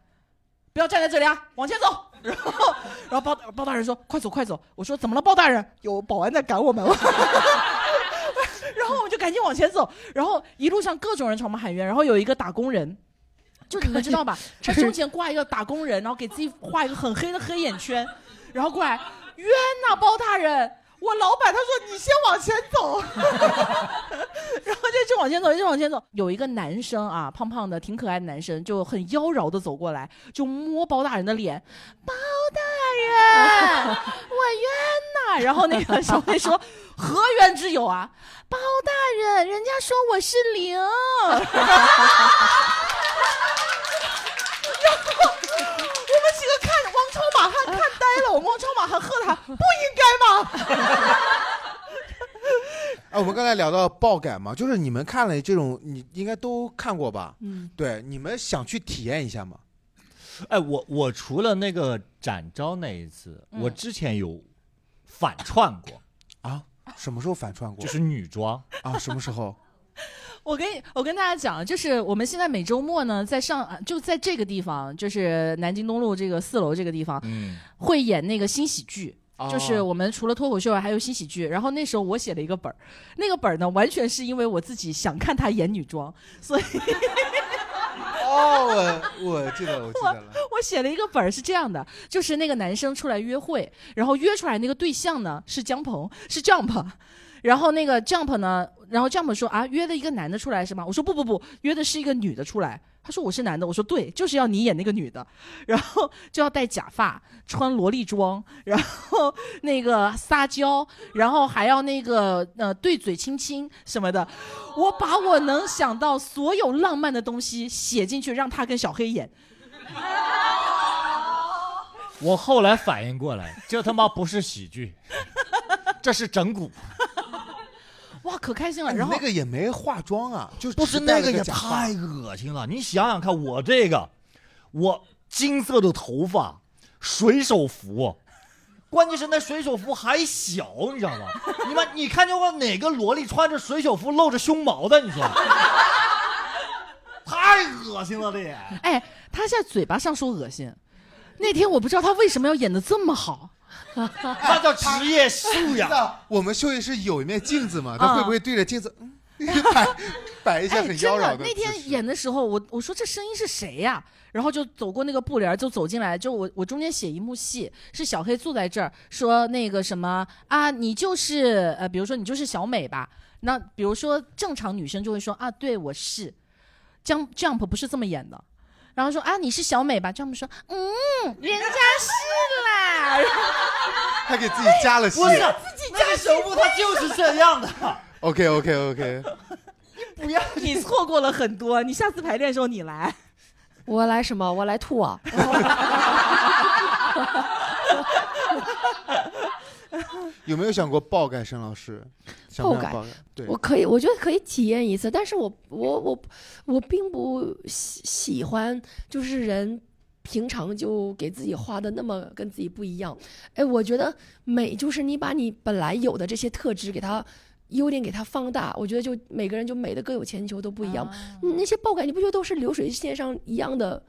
Speaker 3: 不要站在这里啊，往前走。” 然后，然后包包大人说：“快走，快走！”我说：“怎么了，包大人？有保安在赶我们。” 然后我们就赶紧往前走，然后一路上各种人朝我们喊冤，然后有一个打工人。就你们知道吧，他胸前挂一个打工人，然后给自己画一个很黑的黑眼圈，然后过来冤呐、包大人，我老板他说你先往前走， 然后就一直往前走，一直往前走。有一个男生啊，胖胖的，挺可爱的男生，就很妖娆的走过来，就摸包大人的 脸，包大 人，我冤呐、然后那个小黑说：“何冤之有啊？”包大人，人家说我是零。 我们几个看王超马汉看呆了，我们王超马汉喝他不应该吗？
Speaker 4: 哎，我们刚才聊到爆改嘛，就是你们看了这种，你应该都看过吧？
Speaker 3: 嗯，
Speaker 4: 对，你们想去体验一下吗？
Speaker 2: 哎，我我除了那个展昭那一次，
Speaker 3: 嗯
Speaker 2: 我之前有反串 过，
Speaker 4: 啊，什么时候反串过？
Speaker 2: 就是女装。
Speaker 4: 啊，什么时候？
Speaker 3: 我跟你我跟大家讲，就是我们现在每周末呢，在上就在这个地方，就是南京东路这个四楼这个地方，
Speaker 2: 嗯，
Speaker 3: 会演那个新喜剧。
Speaker 4: 哦
Speaker 3: 就是我们除了脱口秀啊，还有新喜剧。然后那时候我写了一个本儿，那个本儿呢，完全是因为我自己想看他演女装，所以
Speaker 4: 哦，我我记得，我记得了。
Speaker 3: 我写了一个本儿是这样的，就是那个男生出来约会，然后约出来那个对象呢是江鹏，是 Jump，然后那个 Jump 呢，然后 Jump 说啊，约的一个男的出来是吗？我说不不不，约的是一个女的出来。他说我是男的，我说对，就是要你演那个女的，然后就要戴假发，穿萝莉装，然后那个撒娇，然后还要那个呃对嘴亲亲什么的。我把我能想到所有浪漫的东西写进去，让他跟小黑演。
Speaker 2: 我后来反应过来，这他妈不是喜剧，这是整蛊。
Speaker 3: 哇，可开心了。
Speaker 4: 哎你
Speaker 3: 然后
Speaker 4: 那个也没化妆啊，就
Speaker 2: 不
Speaker 4: 只
Speaker 2: 是
Speaker 4: 是
Speaker 2: 那
Speaker 4: 戴
Speaker 2: 个
Speaker 4: 了
Speaker 2: 也
Speaker 4: 假发
Speaker 2: 太恶心了。你想想看，我这个，我金色的头发，水手服，关键是那水手服还小，你知道吗？你妈，你看见过哪个萝莉穿着水手服露着胸毛的？你说，太恶心了，这也。
Speaker 3: 哎，他现在嘴巴上说恶心，那天我不知道他为什么要演的这么好。
Speaker 2: 那叫职业素养。
Speaker 4: 那我们休息室有一面镜子嘛，
Speaker 3: 啊
Speaker 4: 他会不会对着镜子，嗯， 摆摆一些
Speaker 3: 哎，
Speaker 4: 很
Speaker 3: 真
Speaker 4: 妖娆
Speaker 3: 的，
Speaker 4: 的
Speaker 3: 那
Speaker 4: 姿势
Speaker 3: 天演的时候，我我说这声音是谁呀、然后就走过那个布帘儿，就走进来，就我我中间写一幕戏，是小黑坐在这儿说那个什么啊，你就是呃，比如说你就是小美吧，那比如说正常女生就会说啊，对我是，Jump Jump 不是这么演的。然后说啊，你是小美吧？Jump 说，嗯，人家是啦。 然后
Speaker 4: 还给自己加了戏。
Speaker 2: 不是，那个手部它就是这样的。
Speaker 4: OK OK OK，
Speaker 2: 不要，
Speaker 3: 你错过了很多，你下次排练的时候你来。
Speaker 1: 我来什么？我来吐啊！
Speaker 4: 有没有想过爆改沈老师？想不
Speaker 1: 爆
Speaker 4: 想
Speaker 1: 改
Speaker 4: 爆改？对，
Speaker 1: 我可以，我觉得可以体验一次，但是我我我我并不喜喜欢，就是人平常就给自己画的那么跟自己不一样。哎，我觉得美就是你把你本来有的这些特质给它优点给它放大，我觉得就每个人就美的各有千秋，都不一样。
Speaker 3: 啊
Speaker 1: 嗯你那些爆改，你不觉得都是流水线上一样的？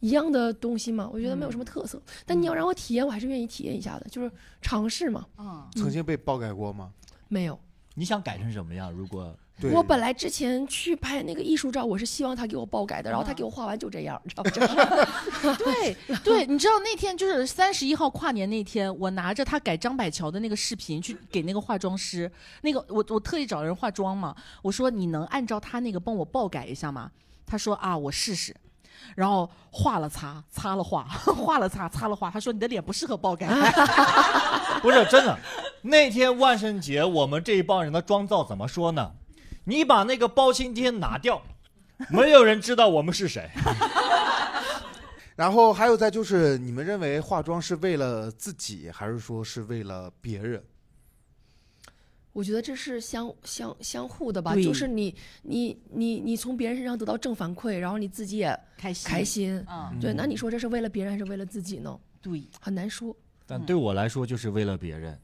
Speaker 1: 一样的东西吗？我觉得没
Speaker 4: 嗯
Speaker 1: 有什么特色，但你要让我体验，我还是愿意体验一下的，就是尝试嘛。
Speaker 3: 嗯
Speaker 4: 曾经被爆改过吗？
Speaker 1: 没有，
Speaker 2: 你想改成什么样？如果
Speaker 4: 对，
Speaker 1: 我本来之前去拍那个艺术照，我是希望他给我爆改的，然后他给我画完就这样，你知道吗？就是
Speaker 3: 对对，你知道那天就是三十一号跨年那天，我拿着他改张百乔的那个视频去给那个化妆师，那个我我特意找人化妆嘛，我说你能按照他那个帮我爆改一下吗？他说啊，我试试。然后画了擦，擦了画， 画了擦，擦了画。他说你的脸不适合爆改，
Speaker 4: 啊
Speaker 2: 不是真的，那天万圣节我们这一帮人的妆造怎么说呢？你把那个包青天拿 掉，没有人知道我们是谁。
Speaker 4: 然后还有再就是，你们认为化妆是为了自己，还是说是为了别人？
Speaker 1: 我觉得这是相相相互的吧，
Speaker 3: 对
Speaker 1: 就是你你你你从别人身上得到正反馈，然后你自己也
Speaker 3: 开心
Speaker 1: 开，心。
Speaker 3: 嗯，
Speaker 1: 对，那你说这是为了别人还是为了自己呢？
Speaker 3: 对，
Speaker 1: 很难说。
Speaker 2: 但对我来说，就是为了别人，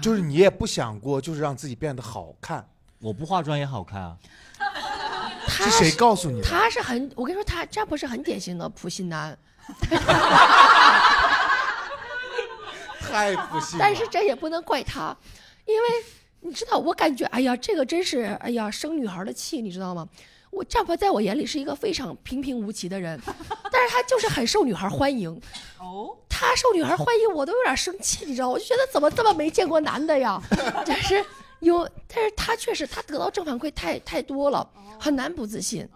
Speaker 4: 就是你也不想过，就是让自己变得好看，
Speaker 2: 我不化妆也好看啊。
Speaker 1: 他
Speaker 4: 是谁告诉你的？
Speaker 1: 他是很，我跟你说，他占卜是很典型的普信男，
Speaker 4: 太不幸了。
Speaker 1: 但是这也不能怪他，因为你知道，我感觉，哎呀，这个真是，哎呀，生女孩的气，你知道吗？我丈夫在我眼里是一个非常平平无奇的 人，但是他就是很受女孩欢迎。
Speaker 3: 哦，
Speaker 1: 他受女孩欢迎，我都有点生气，你知道吗？我就觉得怎么这么没见过男的呀？ 但是有，但是他确实他得到正反馈太太多了，
Speaker 6: 哦
Speaker 1: 很难不自信，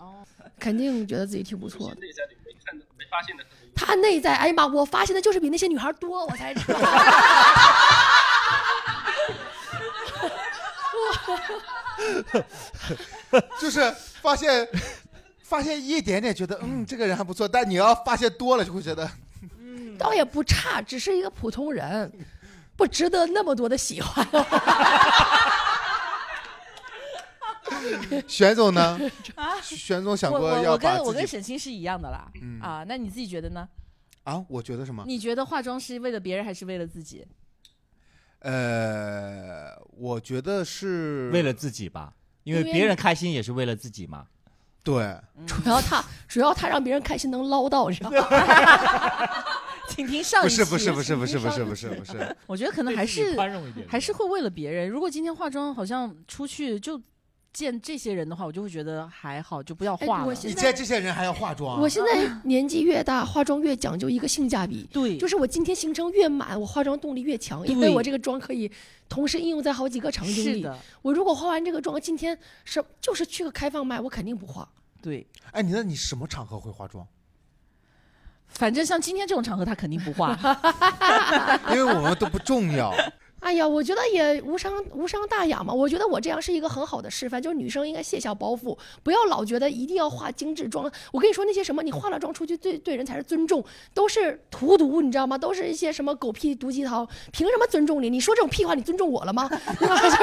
Speaker 1: 肯定觉得自己挺不错的。
Speaker 6: 内在里没看到、没发现的特别
Speaker 1: 他内在，哎呀妈，我发现的就是比那些女孩多，我才知道。
Speaker 4: 就是发现，发现一点点觉得嗯这个人还不错，但你要发现多了就会觉得
Speaker 1: 倒也不差，只是一个普通人，不值得那么多的喜欢。
Speaker 4: 玄总呢？玄总想
Speaker 3: 我
Speaker 4: 过
Speaker 3: 我
Speaker 4: 要
Speaker 3: 我
Speaker 4: 把
Speaker 3: 跟我跟
Speaker 4: 自己
Speaker 3: 沈清是一样的啦，
Speaker 4: 嗯
Speaker 3: 啊，那你自己觉得呢？
Speaker 4: 啊？我觉得什么？
Speaker 3: 你觉得化妆是为了别人还是为了自己？
Speaker 4: 呃，我觉得是
Speaker 2: 为了自己吧，因为
Speaker 1: 因为
Speaker 2: 别人开心也是为了自己嘛。
Speaker 4: 对，
Speaker 3: 嗯
Speaker 1: 主要他，主要他让别人开心能捞到，你知道吗？
Speaker 3: 请听上一
Speaker 4: 不
Speaker 3: 期。
Speaker 4: 是不是不是不是不是不是 不是，
Speaker 3: 我觉得可能还
Speaker 2: 对自
Speaker 3: 是
Speaker 2: 己宽容一点，
Speaker 3: 还是会为了别人。如果今天化妆好像出去就见这些人的话，我就会觉得还好，就不要
Speaker 1: 哎
Speaker 3: 化
Speaker 1: 我
Speaker 3: 了。
Speaker 1: 现
Speaker 4: 你
Speaker 1: 在
Speaker 4: 见这些人还要化妆啊
Speaker 1: 我，现在年纪越大，化妆越讲究一个性价比。
Speaker 3: 对，
Speaker 1: 就是我今天行程越满，我化妆动力越强，因为
Speaker 3: 对
Speaker 1: 我这个妆可以同时应用在好几个场景
Speaker 3: 是
Speaker 1: 里。
Speaker 3: 的，
Speaker 1: 我如果化完这个妆，今天是就是去个开放麦，我肯定不化。
Speaker 3: 对。
Speaker 4: 哎，你那你什么场合会化妆？
Speaker 3: 反正像今天这种场合，他肯定不化。
Speaker 4: 因为我们都不重 要。
Speaker 1: 哎呀，我觉得也无伤无伤大雅嘛。我觉得我这样是一个很好的示范，就是女生应该卸下包袱，不要老觉得一定要化精致妆。我跟你说，那些什么你化了妆出去对对人才是尊重，都是荼毒，你知道吗？都是一些什么狗屁毒鸡汤，凭什么尊重你？你说这种屁话，你尊重我了吗？ 就是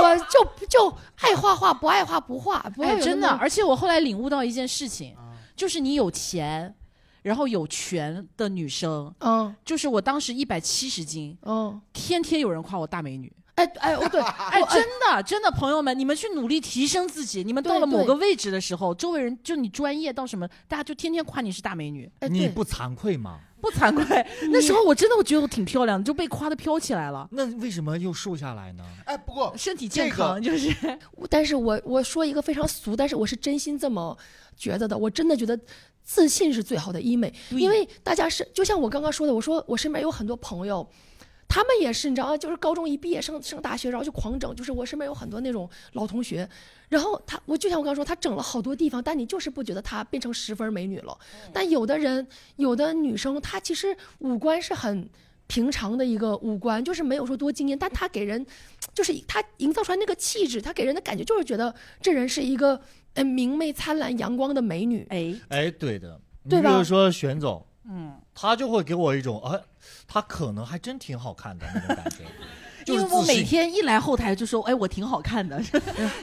Speaker 1: 我就就爱画画，不爱画不画，不要
Speaker 3: 哎，
Speaker 1: 有
Speaker 3: 真的，
Speaker 1: 那么
Speaker 3: 而且我后来领悟到一件事情，就是你有钱，然后有权的女生，
Speaker 1: 嗯
Speaker 3: 就是我当时一百七十斤，
Speaker 1: 嗯，
Speaker 3: 天天有人夸我大美女。
Speaker 1: 哎哎，我对，
Speaker 3: 哎，
Speaker 1: 哎
Speaker 3: 真的，真的，朋友们，你们去努力提升自己。你们到
Speaker 1: 对
Speaker 3: 了某
Speaker 1: 对
Speaker 3: 个位置的时候，周围人就你专业到什么，大家就天天夸你是大美女，
Speaker 1: 哎
Speaker 2: 你
Speaker 1: 对
Speaker 2: 不惭愧吗？
Speaker 3: 不惭愧。 那时候我真的我觉得我挺漂亮的，就被夸的飘起来了，
Speaker 2: 那为什么又瘦下来呢？
Speaker 4: 哎，不过
Speaker 3: 身体健
Speaker 4: 这个
Speaker 3: 康就是。
Speaker 1: 我但是我我说一个非常俗，但是我是真心这么觉得的，我真的觉得。自信是最好的医美，
Speaker 3: 对
Speaker 1: 因为大家是就像我刚刚说的，我说我身边有很多朋友，他们也是你知道吗，就是高中一毕业上上大学，然后就狂整，就是我身边有很多那种老同学，然后他我就像我刚刚说，他整了好多地方，但你就是不觉得她变成十分美女了。但有的人，有的女生，她其实五官是很平常的一个五官，就是没有说多惊艳，但她给人就是她营造出来那个气质，她给人的感觉就是觉得这人是一个呃明媚灿烂阳光的美女。
Speaker 3: 哎，
Speaker 2: 哎，对的，
Speaker 1: 对吧
Speaker 2: 比如说玄总，
Speaker 3: 嗯，
Speaker 2: 他就会给我一种，哎、他可能还真挺好看的那种 感觉。
Speaker 3: 因为我每天一来后台就说，哎，我挺好看的，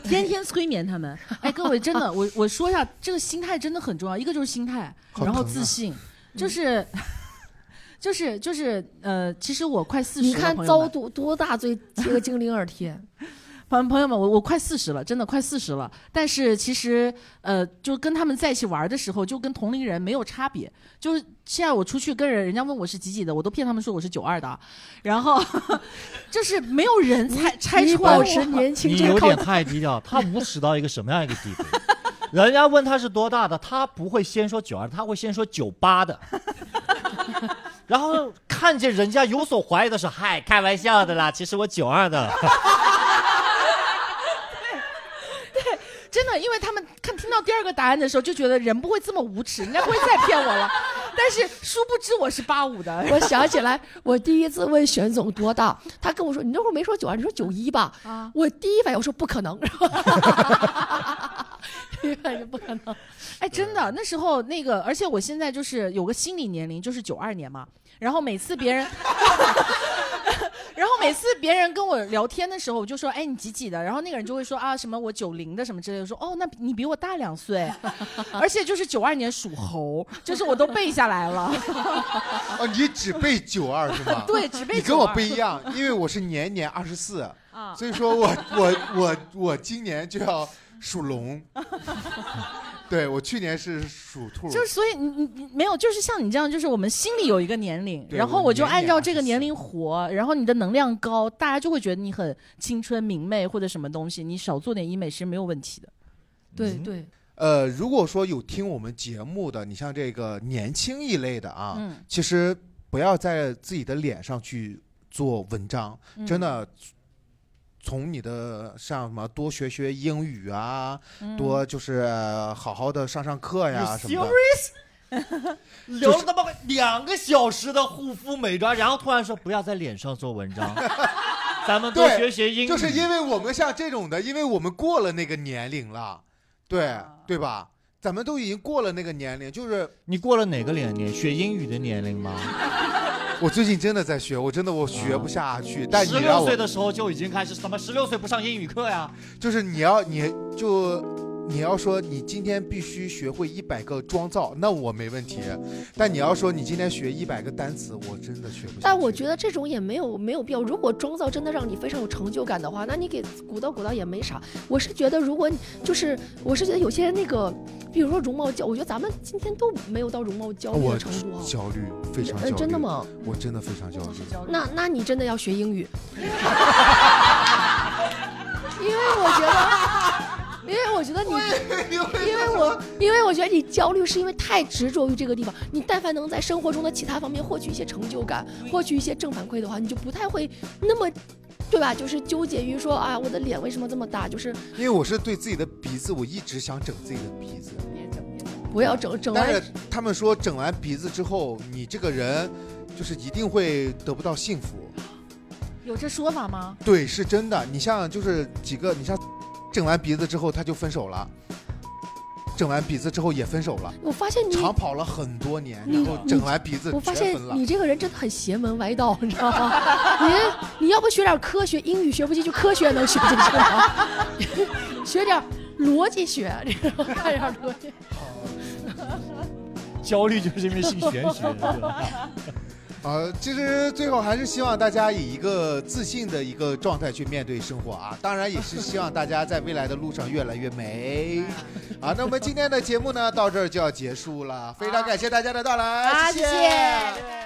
Speaker 3: 天天催眠他们。哎，各位真的，我我说一下，这个心态真的很重要，一个就是心态，
Speaker 4: 好
Speaker 3: 然后
Speaker 4: 疼啊
Speaker 3: 自信，就是。 就是就是呃，其实我快四十，
Speaker 1: 你看遭多多大罪，贴个精灵耳贴，
Speaker 3: 朋朋友们，我我快四十了，真的快四十了。但是其实，呃，就跟他们在一起玩的时候，就跟同龄人没有差别。就是现在我出去跟人，人家问我是几几的，我都骗他们说我是九二的啊，然后 就是没有人猜拆
Speaker 1: 你
Speaker 3: 穿
Speaker 1: 保
Speaker 3: 我。
Speaker 1: 持年轻，
Speaker 2: 你
Speaker 1: 这
Speaker 2: 有
Speaker 1: 靠
Speaker 2: 点太低调，他无耻到一个什么样一个地步？人家问他是多大的，他不会先说九二，他会先说九八的。然后看见人家有所怀疑的时候，嗨，开玩笑的啦，其实我九二的。
Speaker 3: 真的，因为他们看听到第二个答案的时候，就觉得人不会这么无耻，人家不会再骗我了。 但是殊不知我是八五的，
Speaker 1: 我想起来，我第一次问玄总多大，他跟我说：“你那会儿没说九二，你说九一吧。
Speaker 3: 啊
Speaker 1: 我第一反应我说：“不可能。” 第一反应不可能。
Speaker 3: 哎，真的，那时候那个，而且我现在就是有个心理年龄，就是九二年嘛。然后每次别人，然后每次别人跟我聊天的时候，我就说，哎，你几几的？然后那个人就会说啊，什么我九零的什么之类的，我说哦，那你比我大两岁，而且就是九二年属猴，就是我都背下来了。
Speaker 4: 哦，你只背九二是吗？
Speaker 3: 对，只背
Speaker 4: 你跟我
Speaker 3: 92
Speaker 4: 不一样，因为我是年年二十四，
Speaker 3: 啊，
Speaker 4: 所以说我我我我今年就要属 龙，对我去年是属兔，
Speaker 3: 就是所以你你你没有，就是像你这样，就是我们心里有一个年龄，
Speaker 4: 对
Speaker 3: 然后我就按照这个
Speaker 4: 我年
Speaker 3: 年
Speaker 4: 龄
Speaker 3: 龄
Speaker 4: 啊
Speaker 3: 活，然后你的能量高，大家就会觉得你很青春明媚或者什么东西，你少做点医美是没有问题的。
Speaker 1: 对对，
Speaker 4: 呃，如果说有听我们节目的，你像这个年轻一类的啊，
Speaker 3: 嗯，
Speaker 4: 其实不要在自己的脸上去做文章，
Speaker 3: 嗯
Speaker 4: 真，的。从你的像什么多学学英语啊，
Speaker 3: 嗯
Speaker 4: 多就是好好的上上课呀
Speaker 2: You
Speaker 4: 什么的。
Speaker 2: 聊了他妈两个小时的护肤美妆，然后突然说不要在脸上做文 章，咱们多
Speaker 4: 对
Speaker 2: 学学英语。
Speaker 4: 就是因为我们像这种的，因为我们过了那个年龄了，对
Speaker 3: 啊
Speaker 4: 对吧？咱们都已经过了那个年龄，就是
Speaker 2: 你过了哪个年龄？学英语的年龄吗？
Speaker 4: 我最近真的在学，我真的我学不下去。但你
Speaker 2: 嗯十
Speaker 4: 让
Speaker 2: 六
Speaker 4: 我
Speaker 2: 岁的时候就已经开始什么？十六岁不上英语课呀？
Speaker 4: 就是你要你就你要说你今天必须学会一百个妆造，那我没问题。但你要说你今天学一百个单词，我真的学不下去。
Speaker 1: 但我觉得这种也没有没有必要。如果妆造真的让你非常有成就感的话，那你给鼓捣鼓捣也没啥。我是觉得，如果你就是我是觉得有些人那个，比如说容貌焦，我觉得咱们今天都没有到容貌焦虑
Speaker 4: 我
Speaker 1: 的程度啊。
Speaker 4: 焦虑，非常焦
Speaker 1: 呃
Speaker 4: 虑。
Speaker 1: 真的？吗？哦
Speaker 4: 我真的非常焦虑。
Speaker 1: 那那你真的要学英语， 因为我觉得，因为我觉得你，因为我因为我觉得你焦虑是因为太执着于这个地方。你但凡能在生活中的其他方面获取一些成就感，获取一些正反馈的话，你就不太会那么。对吧？就是纠结于说啊，我的脸为什么这么大？就是
Speaker 4: 因为我是对自己的鼻子，我一直想整自己的鼻子。
Speaker 1: 不要整整
Speaker 4: 但
Speaker 1: 完
Speaker 4: 是他们说整完鼻子之后，你这个人就是一定会得不到幸福。
Speaker 3: 有这说法吗？
Speaker 4: 对，是真的。你像就是几个，你像整完鼻子之后他就分手了，整完鼻子之后也分手了，
Speaker 1: 我发现你，
Speaker 4: 长跑了很多年，
Speaker 1: 你
Speaker 4: 然后整完鼻子
Speaker 1: 嗯我发现
Speaker 4: 全分了。
Speaker 1: 你这个人真的很邪门歪道， 你知道吗？你你要不学点科学，英语学不进去，科学能学进去吗？ 学点逻辑学， 你知道吗？看点逻辑。
Speaker 2: 焦虑就是因为信玄学， 对吧？
Speaker 4: 呃，其实最后还是希望大家以一个自信的一个状态去面对生活啊，当然也是希望大家在未来的路上越来越美。啊，那我们今天的节目呢，到这儿就要结束了，非常感谢大家的到来，谢谢。
Speaker 3: 谢谢